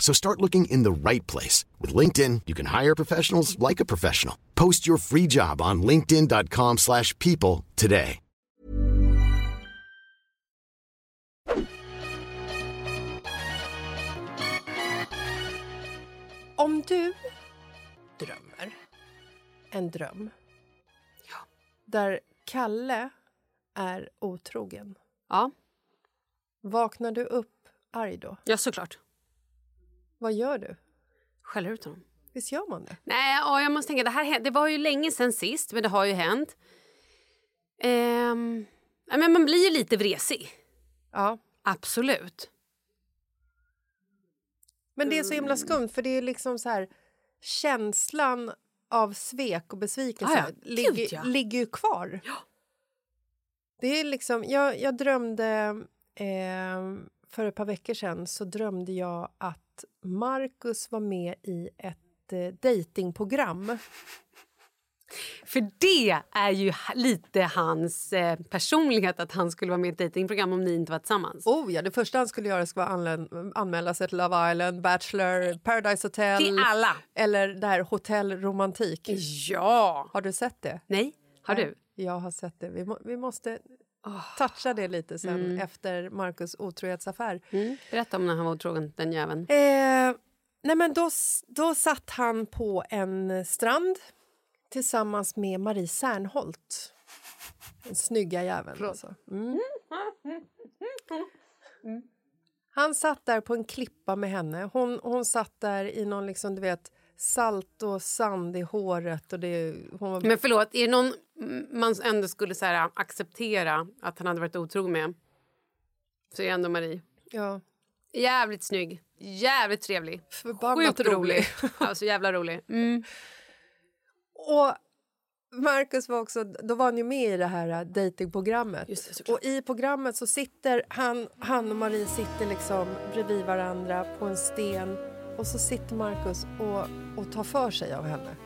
So start looking in the right place. With LinkedIn, you can hire professionals like a professional. Post your free job on linkedin.com slash people today.
Om du drömmer en dröm där Kalle är otrogen,
ja.
vaknar du upp arg då?
Ja, såklart.
Vad gör du?
Skäller ut honom.
Visst gör man det?
Nej, ja, jag måste tänka. Det, här, hä- det var ju länge sedan sist, men det har ju hänt. Ehm, ja, men man blir ju lite vresig.
Ja.
Absolut.
Men det är så himla skumt, för det är liksom så här... Känslan av svek och besvikelse
Ja, ja. Gud,
ligger,
ja.
ligger ju kvar. Det är liksom, jag, jag drömde... Eh, för ett par veckor sedan så drömde jag att Marcus var med i ett eh, dejtingprogram.
För det är ju ha- lite hans eh, personlighet att han skulle vara med i ett dejtingprogram om ni inte var tillsammans.
Oh ja, det första han skulle göra skulle vara anlän- anmäla sig till Love Island, Bachelor, Paradise Hotel.
Till alla.
Eller det här Hotell Romantik.
Ja!
Har du sett det?
Nej, har du?
Jag har sett det. Vi, må, vi måste toucha det lite sen
Mm.
efter Markus otrohetsaffär.
Berätta om när han var otrogen, den jäveln.
Eh, nej men då, s- då satt han på en strand tillsammans med Marie Serneholt. Den snygga jäveln. Alltså. Mm.
Mm.
Han satt där på en klippa med henne. Hon, hon satt där i någon liksom, du vet, salt och sand i håret. Och det, hon var
Men förlåt, är det någon mm, man ändå skulle så här, eh, acceptera att han hade varit otrogen med så är ändå Marie.
ja,
Jävligt snygg, jävligt trevlig,
förbannat rolig.
Ja, så jävla rolig. Mm.
Och Marcus var också, då var han ju med i det här äh, datingprogrammet. och i programmet så sitter han, han och Marie sitter liksom bredvid varandra på en sten och så sitter Marcus och, och tar för sig av henne.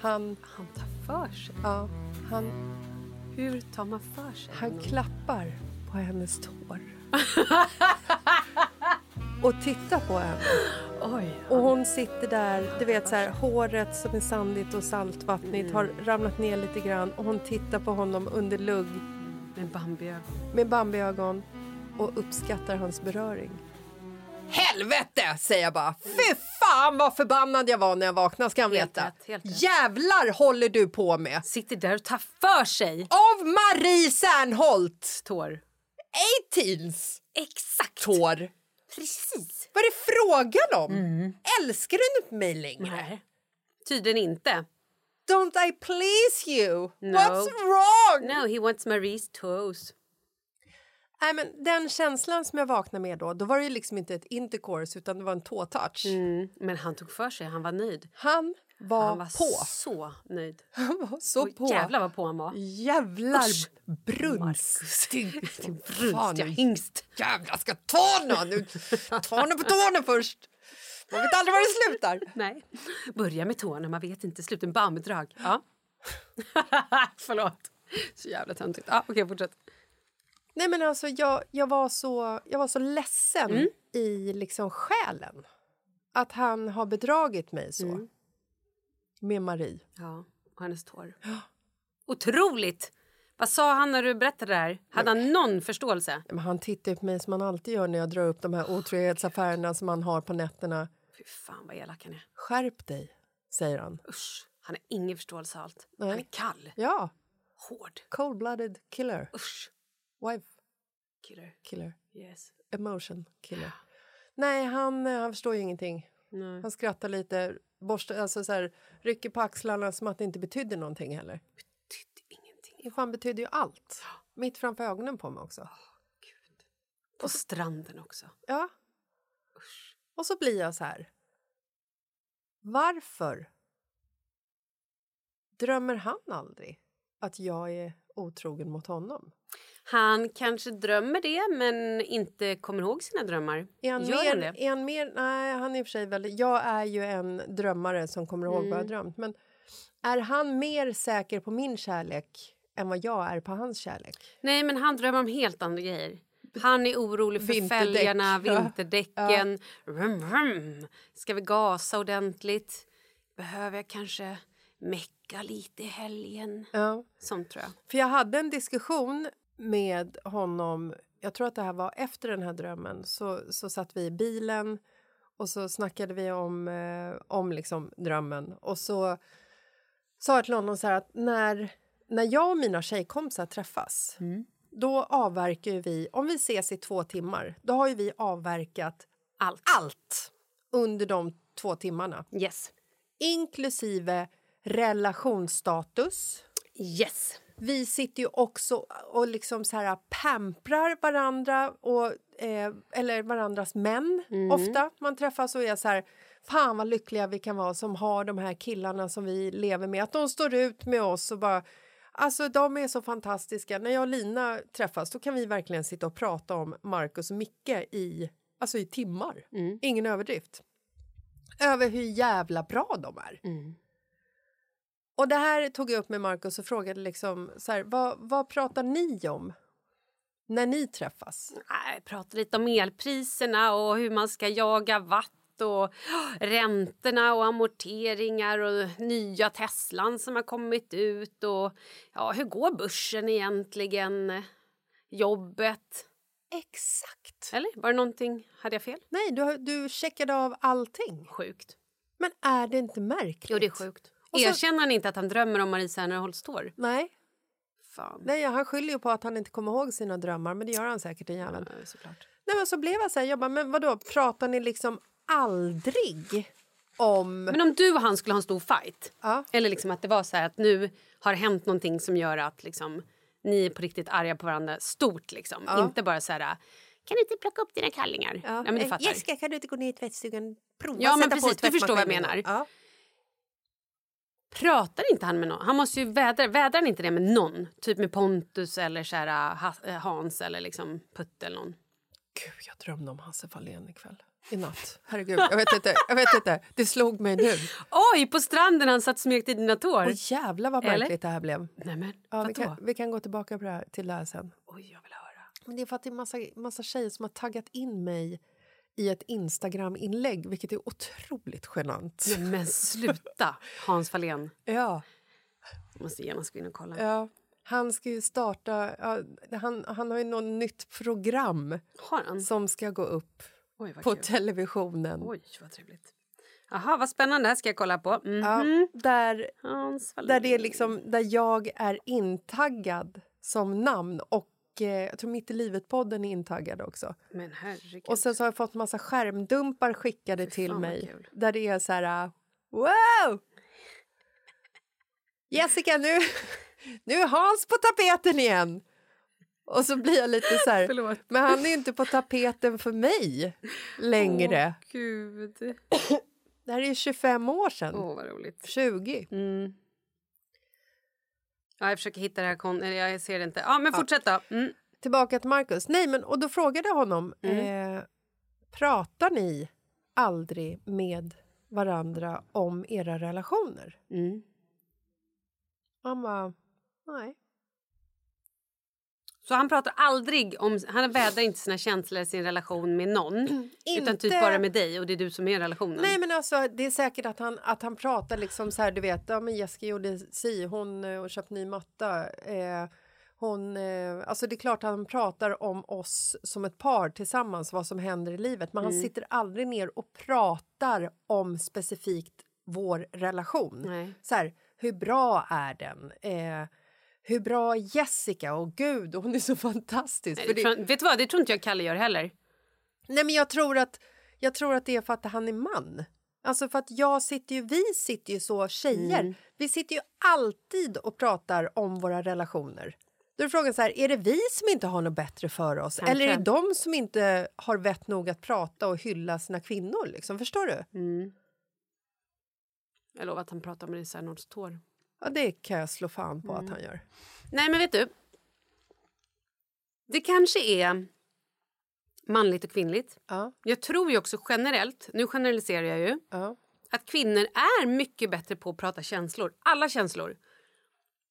Han,
Han tar för sig.
ja, han,
Hur tar man för sig?
han klappar på hennes tår. och tittar på henne.
Oj.
Och hon sitter där, du vet så här, håret som är sandigt och saltvattnigt har ramlat ner lite grann och hon tittar på honom under lugg
Med bambi
med Bambi-ögon och uppskattar hans beröring. Helvete, säger jag bara. Fy fan vad förbannad jag var när jag vaknade ska han
Helt
veta.
rätt, helt rätt.
Jävlar håller du på med!
Sitter där och tar för sig.
Av Marie Serneholt!
Tår.
18s
Exakt.
tår.
Precis.
Vad är det frågan om? Älskar du inte mig längre?
Nej. Tydligen inte.
Don't I please you?
No.
What's wrong?
No, he wants Maries toes.
Nej, men den känslan som jag vaknade med då, då var det ju liksom inte ett intercourse utan det var en tåtouch.
Men han tog för sig, han var nöjd.
Han var,
Mm. Han var
på.
så nöjd.
Han var så
Oj,
på.
Jävlar vad på han var.
Jävlar
Usch.
brunstig.
Brunst, ja, hingst.
Jävlar ska ta honom! Nu- Ta honom på tårna först. Man vet aldrig var det slutar.
Nej. Börja med tårna, man vet inte. Slut en bamdrag. Ja. Förlåt. Så jävla töntigt. Ja, okej, fortsätt.
Nej men alltså jag, jag, var, så, jag var så ledsen
Mm.
i liksom själen. Att han har bedragit mig så.
Mm.
Med Marie.
Ja, och hennes tår. Otroligt! Vad sa han när du berättade det här? Hade han någon förståelse?
Men han tittar ju på mig som han alltid gör när jag drar upp de här otrohetsaffärerna som han har på nätterna.
Fy fan vad elak han är.
Skärp dig, säger han.
Usch. Han har ingen förståelse av allt. Han är
Nej.
kall.
Ja.
Hård.
Cold-blooded killer.
Usch.
Wife
Killer.
killer.
Yes.
Emotion killer. Nej, han, eh, han förstår ju ingenting.
Nej.
Han skrattar lite, borstar, alltså så här, rycker på axlarna som att det inte betydde någonting heller. Ingenting. Han betyder ju allt. Mitt framför ögonen på mig också.
På stranden också.
Ja. Och så blir jag så här. Varför drömmer han aldrig att jag är otrogen mot honom?
Han kanske drömmer det, men inte kommer ihåg sina drömmar.
Är han,
Gör han
mer,
det?
är han mer... Nej, han är i och för sig väldigt... Jag är ju en drömmare som kommer ihåg
Mm.
vad jag drömt. Men är han mer säker på min kärlek än vad jag är på hans kärlek?
Nej, men han drömmer om helt andra grejer. Han är orolig för
Vinterdäck,
fälgarna,
ja.
vinterdäcken. Rum, rum. Ska vi gasa ordentligt? Behöver jag kanske mecka lite i helgen?
Ja.
Sånt tror jag.
För jag hade en diskussion med honom, jag tror att det här var efter den här drömmen, så, så satt vi i bilen och så snackade vi om, eh, om liksom drömmen och så sa jag till honom så här att när, när jag och mina tjejkompisar träffas då avverkar ju vi, om vi ses i två timmar, då har ju vi avverkat
allt,
allt under de två timmarna.
Yes.
Inklusive relationsstatus.
Yes.
Vi sitter ju också och liksom så här pamprar varandra, och, eh, eller varandras män ofta. Man träffas och är så här, fan vad lyckliga vi kan vara som har de här killarna som vi lever med. Att de står ut med oss och bara, alltså de är så fantastiska. När jag och Lina träffas då kan vi verkligen sitta och prata om Marcus och Micke i, alltså i timmar. Ingen överdrift. Över hur jävla bra de är. Och det här tog jag upp med Markus och frågade liksom så här, vad, vad pratar ni om när ni träffas?
Nej, prata lite om elpriserna och hur man ska jaga watt och oh, räntorna och amorteringar och nya Teslan som har kommit ut och ja, hur går börsen egentligen? Jobbet?
Exakt.
Eller var det någonting? Hade jag fel?
Nej, du, du checkade av allting.
Sjukt.
Men är det inte märkligt?
Jo, det är sjukt.
Och så-
Erkänner han inte att han drömmer om Marie Serneholts tår?
Nej,
Fan.
nej, han skyller ju på att han inte kommer ihåg sina drömmar, men det gör han säkert i jäveln.
Ja, såklart.
Nej, men så blev jag så här, jag bara, men vadå, pratar ni liksom aldrig om...
Men om du och han skulle ha en stor fight
Ja.
eller liksom att det var så här att nu har hänt någonting som gör att liksom, ni är på riktigt arga på varandra stort liksom. Inte bara så här kan du inte plocka upp dina kallingar? Ja, men du
Eh,
fattar.
Jessica, kan du inte gå ner i tvättstugan? Prova
Ja,
att
men
sätta på
precis, du förstår vad jag
tvättmaskinen.
menar.
Ja.
Pratar inte han med någon? Han måste ju vädra, vädrar han inte det med någon? Typ med Pontus eller så här, ha, eh, Hans eller liksom Putte eller någon.
Gud, jag drömde om Hasse Fahlén ikväll. I natt. Herregud, jag vet inte. Jag vet inte. Det slog mig nu.
Oj, på stranden han satt och smekte dina tår.
Och jävlar vad
Eller?
märkligt det här blev.
Nej men,
Ja, vi,
vadå?
kan, vi kan gå tillbaka på det här, till det här sen.
Oj, jag vill höra.
Men det är för att det är massa, massa tjejer som har taggat in mig i ett Instagram-inlägg, vilket är otroligt genant.
Nej, men sluta, Hans Fahlén.
Ja,
Jag måste genast gå in och kolla.
ja. Han ska ju starta... Ja, han, han har ju något nytt program
Har han?
som ska gå upp
Oj, vad
på
kul.
televisionen.
Oj, vad trevligt. Jaha, vad spännande. Det här ska jag kolla på. Mm.
Ja, där
Hans Wallin.
Där, det är liksom, där jag är intaggad som namn och eh, jag tror Mitt i livet-podden är intaggad också.
Men herregud.
Och sen så har jag fått massa skärmdumpar skickade till
vad
mig
kul.
där det är så här... äh, Wow! Jessica, nu, nu är Hans på tapeten igen! Och så blir jag lite så här...
Förlåt.
Men han är ju inte på tapeten för mig längre.
Åh, gud.
Det här är ju 25 år sedan.
Åh, vad roligt.
20.
Mm. Ja, jag försöker hitta det här kon... eller Jag ser det inte. Ja, men fortsätt då. Mm.
tillbaka till Markus. Nej, men, och då frågade jag honom, eh, pratar ni aldrig med varandra om era relationer?
Mm.
Han bara, nej.
Så han pratar aldrig om... Han vädrar inte sina känslor, sin relation med någon. Utan typ
Inte-
bara med dig och det är du som är relationen.
Nej, men alltså, det är säkert att han, att han pratar liksom så här, du vet, ja, men Jessica gjorde si, hon eh, och köpte ny matta. Eh, hon, eh, alltså det är klart att han pratar om oss som ett par tillsammans, vad som händer i livet, men han
Mm.
sitter aldrig ner och pratar om specifikt vår relation.
Nej.
Så här, hur bra är den? Eh, hur bra är Jessica? Och gud, hon är så fantastisk.
Nej, det tror- vet du vad, det tror inte jag Kalle gör heller.
Nej, men jag tror, att, jag tror att det är för att han är man. Alltså för att jag sitter ju, vi sitter ju så, tjejer.
Mm.
Vi sitter ju alltid och pratar om våra relationer. Då är frågan så här, är det vi som inte har något bättre för oss?
Kanske.
Eller är det de som inte har vett nog att prata och hylla sina kvinnor? Liksom? Förstår du?
Mm.
Jag lovar att han pratar med dig så här Nords tår.
Ja, det kan jag slå fan på att
Mm.
han gör.
Nej, men vet du. Det kanske är manligt och kvinnligt. Jag tror ju också generellt, nu generaliserar jag ju, att kvinnor är mycket bättre på att prata känslor. Alla känslor.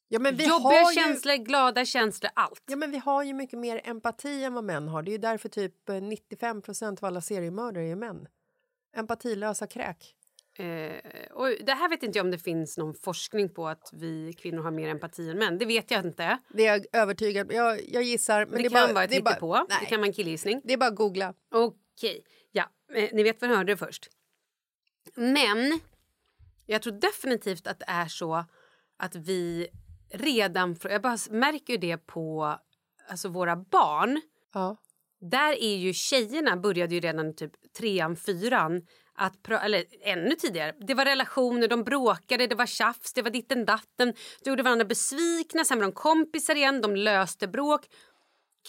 Ja, men vi
Jobbiga
har ju-
känslor, glada känslor, allt.
Ja, men vi har ju mycket mer empati än vad män har. Det är ju därför typ eh, 95 av alla seriemördare är män. Empatilösa kräk.
Eh, och det här vet inte jag om det finns någon forskning på att vi kvinnor har mer empati än män. Det vet jag inte.
Det är jag övertygad Jag, jag gissar. Men
det,
det är
kan
bara-
vara ett
det är bara-
hittepå.
nej.
Det kan vara en killgissning.
Det är bara att googla.
Okej. Ja, eh, ni vet vad ni hörde först. Men jag tror definitivt att det är så att vi redan... frå- Jag bara märker ju det på alltså våra barn. Där är ju tjejerna började ju redan i typ trean, fyran. Att pra- eller ännu tidigare. Det var relationer, de bråkade, det var tjafs, det var ditten datten. De gjorde varandra besvikna, sen var de kompisar igen, de löste bråk.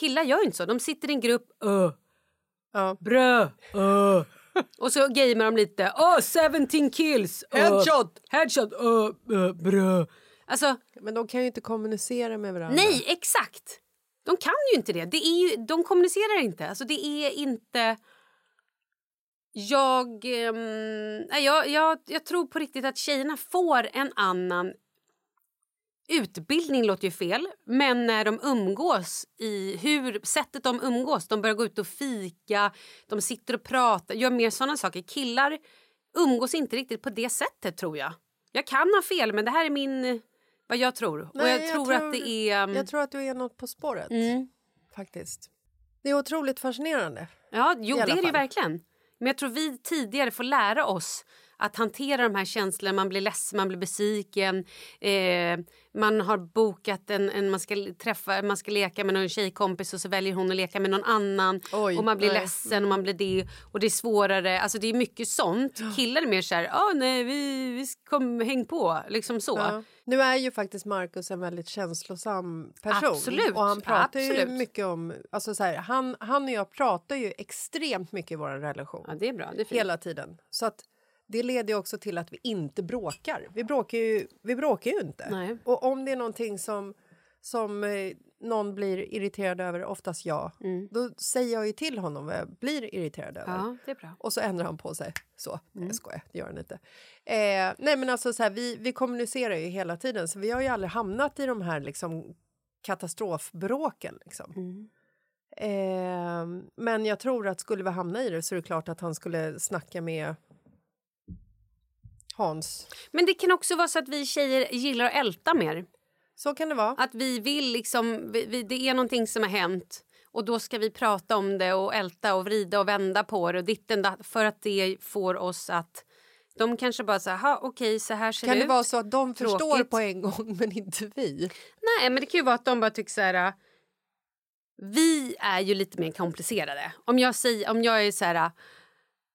Killar gör ju inte så. De sitter i en grupp. Öh. Brö! öh. Och så gamer de lite. Åh, 17 kills! öh.
Headshot.
Headshot! öh, öh, brö! Alltså,
Men de kan ju inte kommunicera med varandra.
Nej, exakt! De kan ju inte det. det är ju, de kommunicerar inte. Alltså, det är inte... Jag, ehm, nej, jag, jag, jag tror på riktigt att tjejerna får en annan... Utbildning låter ju fel, men när de umgås i hur sättet de umgås, de börjar gå ut och fika, de sitter och pratar, gör mer sådana saker. Killar umgås inte riktigt på det sättet tror jag. Jag kan ha fel, men det här är min, vad jag tror. och jag, tror, att det är... ehm,
Jag tror att du är något på spåret.
Mm.
Faktiskt. Det är otroligt fascinerande.
Ja,
I
jo, det
alla
är det ju
fall.
verkligen. Men jag tror vi tidigare får lära oss att hantera de här känslorna. Man blir ledsen, man blir besviken. Eh, man har bokat en, en man, ska träffa, man ska leka med någon tjejkompis och så väljer hon att leka med någon annan.
Oj,
och man blir
nej.
ledsen och man blir det. Och det är svårare. Alltså det är mycket sånt. Killar är mer så här, ah, nej, vi, vi kom, häng på. Liksom så.
Ja. Nu är ju faktiskt Markus en väldigt känslosam person.
Absolut,
Och han pratar
absolut.
ju mycket om... Alltså så här, han, han och jag pratar ju extremt mycket i vår relation.
Ja, det är bra. Det är fint.
Hela tiden. Så att det leder ju också till att vi inte bråkar. Vi bråkar ju, vi bråkar ju inte.
Nej.
Och om det är någonting som, som eh, någon blir irriterad över, oftast jag, då säger jag ju till honom vad jag blir irriterad över.
Mm. Ja, det är bra.
Och så ändrar han på sig. Så. Nej, jag skojar. Det gör han inte. Eh, nej, men alltså så här, vi, vi kommunicerar ju hela tiden, så vi har ju aldrig hamnat i de här liksom, katastrofbråken. Liksom. Eh, men jag tror att skulle vi hamna i det så är det klart att han skulle snacka med Hans.
Men det kan också vara så att vi tjejer gillar att älta mer.
Så kan det vara.
Att vi vill liksom, vi, vi, det är någonting som har hänt och då ska vi prata om det och älta och vrida och vända på det och ditten datt, för att det får oss att de kanske bara säger, okej så här ser
Kan
det
det
ut.
vara så att de förstår
Tråkigt.
på en gång men inte vi?
Nej, men det kan ju vara att de bara tycker så här... Vi är ju lite mer komplicerade. Om jag, säger, om jag är så här...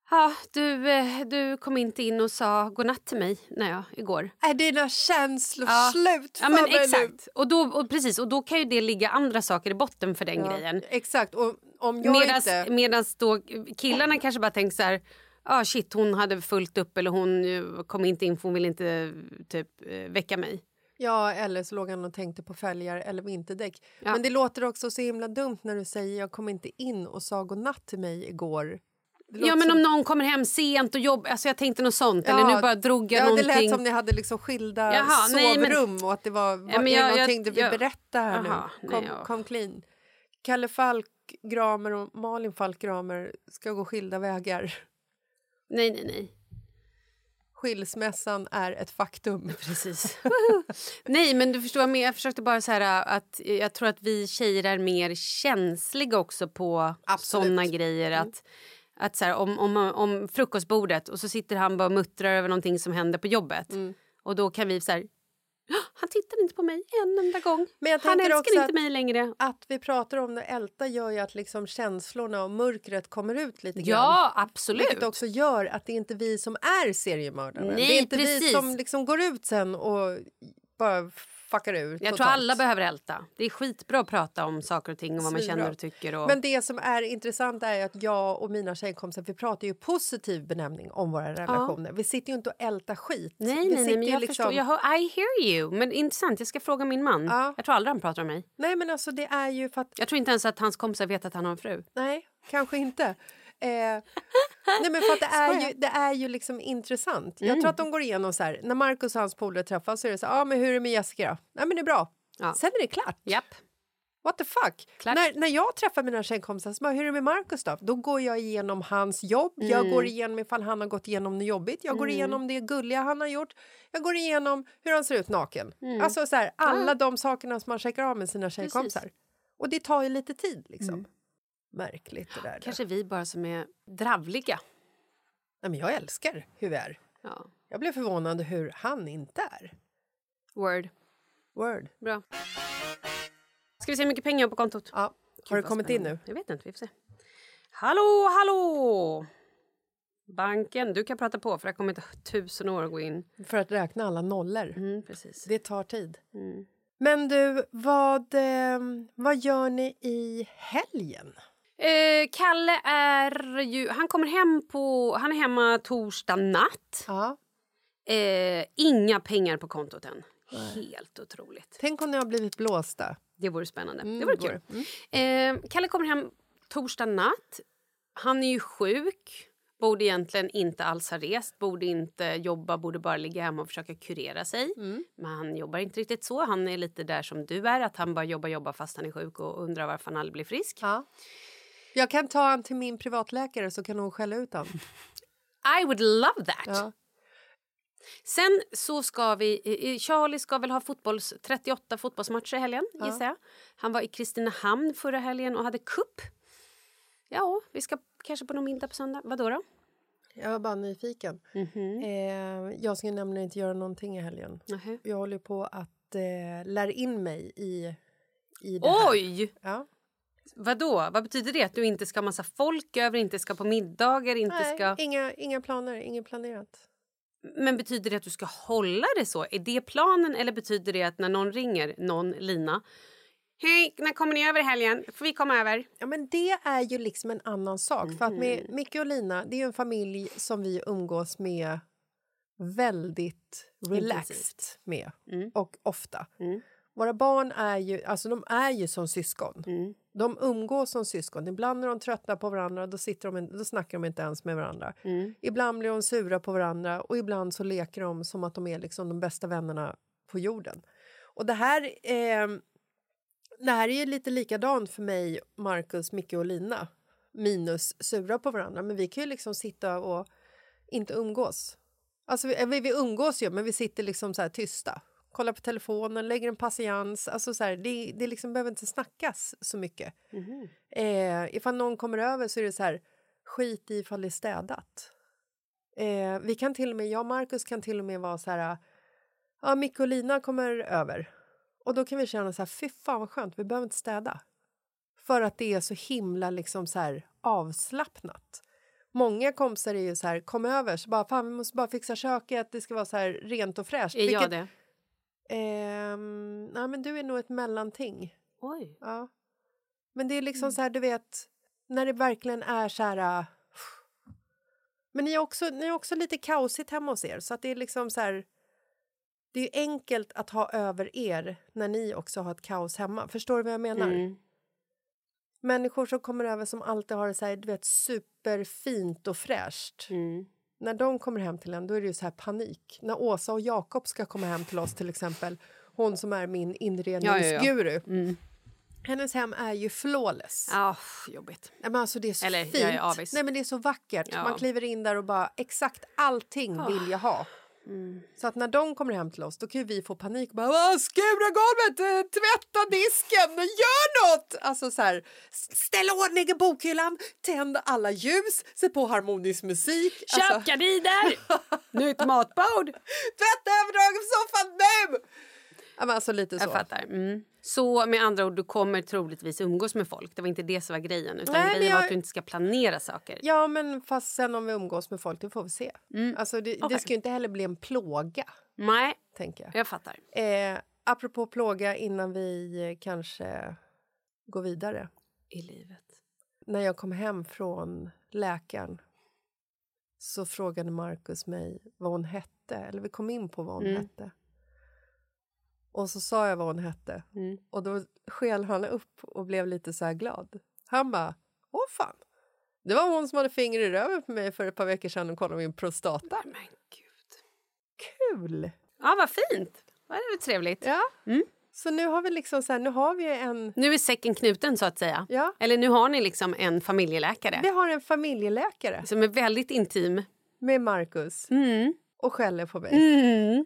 Ja, du, eh, du kom inte in och sa godnatt till mig när jag, igår.
Är dina känslor
Ja.
slut
Ja,
för
men
mig nu?
exakt. Och då, och, precis, och då kan ju det ligga andra saker i botten för den
Ja,
grejen.
Exakt. Och om jag
Medan
inte...
då killarna kanske bara tänker så här, ah, shit hon hade fullt upp eller hon eh, kom inte in för hon ville inte eh, typ eh, väcka mig.
Ja, eller så låg han och tänkte på fälgar eller vinterdäck. Men det låter också så himla dumt när du säger jag kom inte in och sa godnatt till mig igår. Det
Ja
låter
men
som-
om någon kommer hem sent och jobbar, alltså jag tänkte något sånt
Ja,
eller nu bara drog jag
ja,
någonting.
Det lät som ni hade liksom skilda
Jaha, nej, men-
sovrum och att det var, var
Ja, men
är
jag-
det
jag-
någonting du vill
jag-
berätta här
Jaha,
nu?
nej,
Kom,
jag-
kom clean. Kalle Falk Gramer och Malin Falk Gramer ska gå skilda vägar.
Nej nej nej.
Skilsmässan är ett faktum.
Precis. Nej, men du förstår, men jag försökte bara så här äh, att eh, jag tror att vi tjejer är mer känsliga också på såna grejer.
Mm.
Att, att så här, om, om, om
Mm.
frukostbordet och så sitter han bara och muttrar över någonting som händer på jobbet. Och då kan vi så här, "Hå! Han tittar inte på mig en enda gång.
Men jag
han
tänker
älskar
också
inte
att-
mig längre.
Att vi pratar om det älta gör ju att liksom känslorna och mörkret kommer ut lite grann.
Ja, absolut.
Vilket också gör att det är inte vi som är seriemördare. det
Nej,
är inte vi
precis.
som liksom går ut sen och bara fuckar ur
Jag tror alla behöver älta. Det är skitbra att prata om saker och ting och vad man känner och tycker. Och...
Men det som är intressant är ju att jag och mina tjejkompisar vi pratar ju positiv benämning om våra relationer. Vi sitter ju inte och ältar skit. vi
Nej, nej, nej,
sitter
men
ju liksom-
jag förstår. Jag hör, I hear you. Men intressant, jag ska fråga min man. Jag tror aldrig han pratar om mig.
Nej, men alltså det är ju för att...
Jag tror inte ens att hans kompisar vet att han har en fru.
Nej, kanske inte. Eh, nej men för att det är ju, det är ju liksom intressant. Jag
Mm.
tror att de går igenom så här, när Markus och hans polare träffas så är det så här, ah, men hur är det med Jessica då? Nej men det är bra. Sen är det klart.
Japp.
What the fuck? När, när jag träffar mina tjejkompisar som bara, hur är det med Markus då? Då går jag igenom hans jobb, jag
Mm.
går igenom ifall han har gått igenom något jobbigt, jag går
Mm.
igenom det gulliga han har gjort, jag går igenom hur han ser ut naken.
Mm.
Alltså så här, alla
Ja.
de sakerna som man checkar av med sina tjejkompisar. Och det tar ju lite tid liksom. Märkligt det där.
Mm. Kanske vi bara som är dravliga.
Nej, men jag älskar hur vi är.
Ja.
Jag blev förvånad hur han inte är.
Word.
Word.
Bra. Ska vi se hur mycket pengar jag har på kontot?
Ja. Har det kommit in nu?
Jag vet inte, vi får se. Hallå, hallå! Banken, du kan prata på för det har kommit tusen år att gå in.
För att räkna alla nollor.
precis.
Det tar tid.
Mm.
Men du, vad, eh, vad gör ni i helgen?
Eh, Kalle är ju... Han kommer hem på... Han är hemma torsdag natt. Eh, inga pengar på kontot än. Helt otroligt.
Tänk om ni har blivit blåsta.
Det vore spännande.
Mm,
det vore
det mm.
kul. Eh, Kalle kommer hem torsdag natt. Han är ju sjuk. Borde egentligen inte alls ha rest, borde inte jobba, borde bara ligga hemma och försöka kurera sig.
Mm.
Men han jobbar inte riktigt så. Han är lite där som du är, att han bara jobbar, jobbar fast han är sjuk och undrar varför han aldrig blir frisk.
Jag kan ta han till min privatläkare så kan hon skälla ut han.
I would love that! Sen så ska vi... eh, eh, Charlie ska väl ha fotbolls, 38 fotbollsmatcher i helgen,
Ja.
gissar jag. Han var i Kristinehamn förra helgen och hade cup. Ja, vi ska kanske på någon middag på söndag. Vadå då?
Jag var bara nyfiken.
Mm-hmm.
Eh, jag ska nämligen inte göra någonting i helgen.
Nähä.
Jag håller på att eh, lära in mig i, i det här.
Oj!
Ja.
Vadå? Vad betyder det? Att du inte ska ha massa folk över, inte ska på middagar, inte
Nej,
ska...
inga, inga planer, inget planerat.
Men betyder det att du ska hålla det så? Är det planen eller betyder det att när någon ringer, någon Lina, Hej, när kommer ni över i helgen? Får vi komma över?
Ja, men det är ju liksom en annan sak. För att med Micke och Lina, det är ju en familj som vi umgås med väldigt relaxed
Intensivt.
med och ofta. Våra barn är ju, alltså de är ju som syskon. De umgås som syskon. Ibland är de trötta på varandra, då, sitter de, in- då snackar de inte ens med varandra. Ibland blir de sura på varandra och ibland så leker de som att de är liksom de bästa vännerna på jorden. Och det här, eh, det här är ju lite likadant för mig, Markus, Micke och Lina. Minus sura på varandra, men vi kan ju liksom sitta och inte umgås. Alltså, vi, vi- vi umgås ju, men vi sitter liksom så här tysta. Kollar på telefonen, lägger en patiens. Alltså så här, det det liksom behöver inte snackas så mycket. Eh, ifall någon kommer över så är det så här, skit i ifall det är städat. Eh, vi kan till och med, jag och Markus kan till och med vara så här, ja, Micke och Lina kommer över. Och då kan vi känna så här, fy fan vad skönt, vi behöver inte städa. För att det är så himla liksom så här avslappnat. Många kompisar är ju så här, kom över, så bara, fan vi måste bara fixa köket, det ska vara så här rent och fräscht.
Är jag det?
Ehm, nej men du är nog ett mellanting.
Oj.
Ja. Men det är liksom så här, du vet, när det verkligen är så här... äh, Men ni är också, ni är också lite kaosigt hemma hos er, så att det är liksom så här... Det är ju enkelt att ha över er när ni också har ett kaos hemma. Förstår du vad jag menar? Människor som kommer över som alltid har det så här, du vet, superfint och fräscht. När de kommer hem till en, då är det ju så här panik. När Åsa och Jakob ska komma hem till oss, till exempel, hon som är min inredningsguru. Hennes hem är ju flawless.
Ah, jobbigt.
Nej, men alltså det är så
Eller, jag
fint.
är avis.
Nej, men det är så vackert.
Ja.
Man kliver in där och bara exakt allting vill jag ha.
Mm.
Så att när de kommer hem till oss då kan ju vi få panik. och Bara, "Åh, skura golvet, eh, tvätta disken, gör något! Alltså så här, "S- ställ ordning i bokhyllan, tänd alla ljus, sätt på harmonisk musik.
Köp
Alltså,
gardiner! Nytt matbord!
tvätta överdraget på soffan nu! Ja, men alltså lite så.
Jag fattar. Mm. Så med andra ord, du kommer troligtvis umgås med folk. Det var inte det som var grejen. Utan
Nej, men
grejen var
jag-
att du inte ska planera saker.
Ja, men fast sen om vi umgås med folk, det får vi se.
Mm.
Alltså, det,
Okej.
det ska ju inte heller bli en plåga.
Nej,
tänker jag.
jag fattar.
Eh, apropå plåga, innan vi eh, kanske går vidare.
I livet.
När jag kom hem från läkaren så frågade Markus mig vad hon hette. Eller vi kom in på vad hon
Mm.
hette. Och så sa jag vad hon hette.
Mm.
Och då skel han upp och blev lite så här glad. Han bara, åh fan. Det var hon som hade finger i röven på mig för ett par veckor sedan och kollade min prostata.
Men
gud. Kul!
Ja, vad fint. Det är väl trevligt.
Ja.
Mm.
Så nu har vi liksom så här, nu har vi en...
Nu är säcken knuten, så att säga.
Ja.
Eller nu har ni liksom en familjeläkare
Vi har en familjeläkare
som är väldigt intim.
med Markus
Mm.
och skäller på mig.
Mm.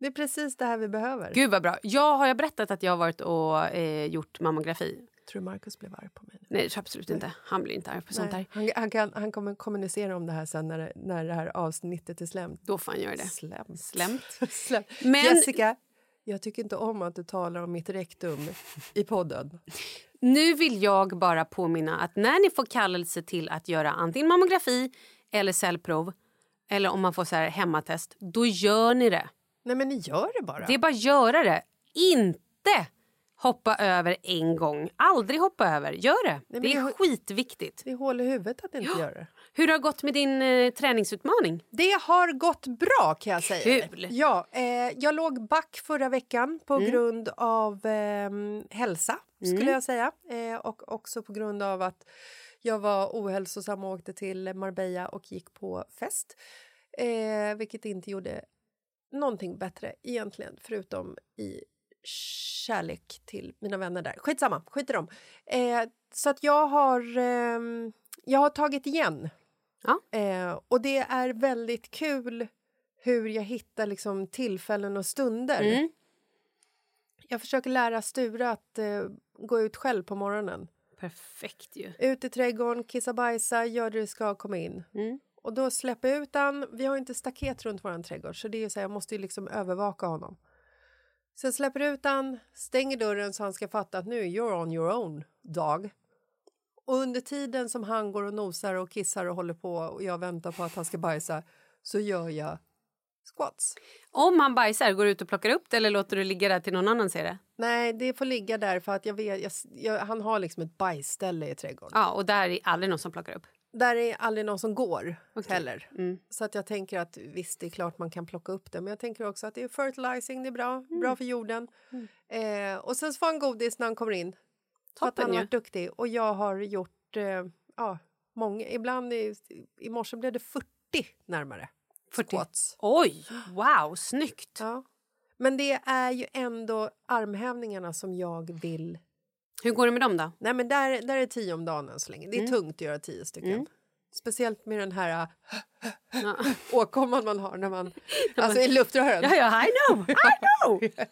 Det är precis det här vi behöver.
Gud, vad bra. Jag har jag berättat att jag har varit och eh, gjort mammografi?
Tror du Markus blev arg på mig? nu?
Nej, absolut inte. Han blir inte arg på sånt
Nej,
här.
Han, han, kan, han kommer kommunicera om det här sen när, det- när det här avsnittet är slämt.
Då får han göra det.
Slämt.
Slämt.
Slämt.
Men-
Jessica, jag tycker inte om att du talar om mitt rektum i podden.
Nu vill jag bara påminna att när ni får kallelse till att göra antingen mammografi eller cellprov eller om man får så här hemmatest, då gör ni det.
Nej, men ni gör det bara.
Det är bara att göra det. Inte hoppa över en gång. Aldrig hoppa över. Gör det.
men
det är
det har-
skitviktigt.
Det är hål i huvudet att inte göra det.
Hur har det gått med din eh, träningsutmaning?
Det har gått bra kan jag säga.
Kul!
Ja, eh, jag låg back förra veckan på
Mm.
grund av eh, hälsa skulle
Mm.
jag säga. Eh, och också på grund av att jag var ohälsosam och åkte till Marbella och gick på fest. Eh, vilket inte gjorde någonting bättre egentligen, förutom i kärlek till mina vänner där. Skitsamma, skit i dem. Eh, så att jag har, ehm, jag har tagit igen.
Ja.
Eh, och det är väldigt kul hur jag hittar liksom, tillfällen och stunder.
Mm.
Jag försöker lära Sture att eh, gå ut själv på morgonen.
Perfekt ju.
Ut i trädgården, kissa, bajsa, gör det du ska, komma in.
Mm.
Och då släpper jag ut han. Vi har ju inte staket runt vår trädgård så det är ju så här, jag måste ju liksom övervaka honom. Så jag släpper ut han, stänger dörren så han ska fatta att nu you're on your own, dog. Och under tiden som han går och nosar och kissar och håller på och jag väntar på att han ska bajsa så gör jag squats.
Om han bajsar, går du ut och plockar upp det eller låter du ligga där till någon annan ser det?
Nej, det får ligga där för att jag vet, jag, jag, han har liksom ett bajsställe i trädgården.
Ja, och där är aldrig någon som plockar upp.
Där är aldrig någon som går
Okej.
heller.
Mm.
Så att jag tänker att visst, det är klart man kan plocka upp det men jag tänker också att det är fertilizing, det är bra,
Mm.
bra för jorden. Eh, och sen så får han godis när han kommer in. För att
Toppen
han har
ju.
varit duktig. Och jag har gjort, eh, ja, många. Ibland i, i morse blev det 40 närmare.
40.
squats.
Oj! Wow, snyggt!
Ja. Men det är ju ändå armhävningarna som jag vill...
Hur går det med dem då?
Nej men där, där är tio om dagen än så länge. Det är
Mm.
tungt att göra tio stycken.
Mm.
Speciellt med den här äh,
Ja,
åkomman man har när man... Alltså i luftrören.
ja, ja I know! I know!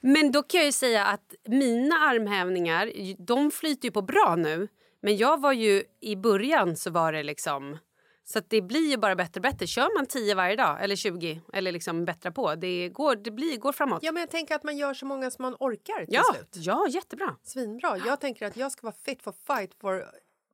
Men då kan jag ju säga att mina armhävningar, de flyter ju på bra nu. Men jag var ju, i början så var det liksom... Så att det blir ju bara bättre och bättre. Kör man 10 varje dag, eller 20, eller liksom bättra på. Det går, det blir, går framåt.
Ja, men jag tänker att man gör så många som man orkar till
ja,
slut.
ja, jättebra.
Svinbra. Jag tänker att jag ska vara fit for fight for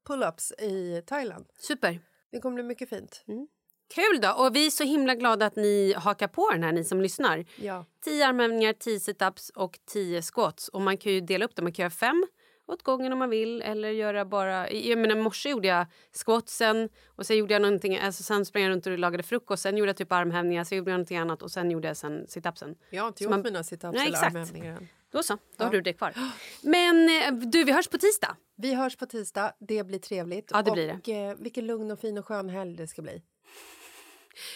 pull-ups i Thailand.
Super.
Det kommer bli mycket fint.
Mm. Kul då! Och vi är så himla glada att ni hakar på den här, ni som lyssnar.
Ja.
10 armhävningar, 10 situps och 10 squats. Och man kan ju dela upp dem. Man kan göra fem åt gången om man vill. Eller göra bara... Jag menar, i morse gjorde jag squatsen och sen gjorde jag någonting... Alltså, sen sprang jag runt och lagade frukost. Sen gjorde jag typ armhävningar, sen gjorde jag någonting annat och sen gjorde jag sen situpsen.
Jag har inte
Så
gjort
man-
mina situps
Nej,
eller
exakt.
armhävningar än.
Då så, då har du det kvar. Men eh, du, vi hörs på tisdag.
Vi hörs på tisdag. Det blir trevligt.
Ja, det blir
och, Eh, vilken lugn och fin och skön helg det ska bli.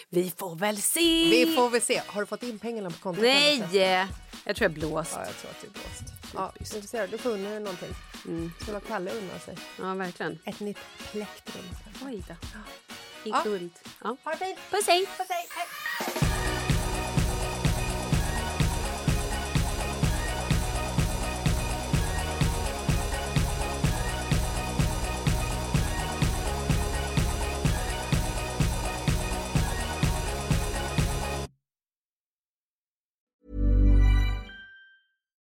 Vi får väl se!
Vi får väl se. Har du fått in pengarna på kontot?
Nej!
kanske?
Jag tror jag blåst.
Ja, jag tror att du är blåst. Ja, vi får se. Du får unna dig någonting.
Mm.
Ska vara Kalle unna sig.
Ja, verkligen.
Ett nytt plektrum.
Oj då. I
Ja.
guld. Ja.
Ha det fint!
Puss, hej!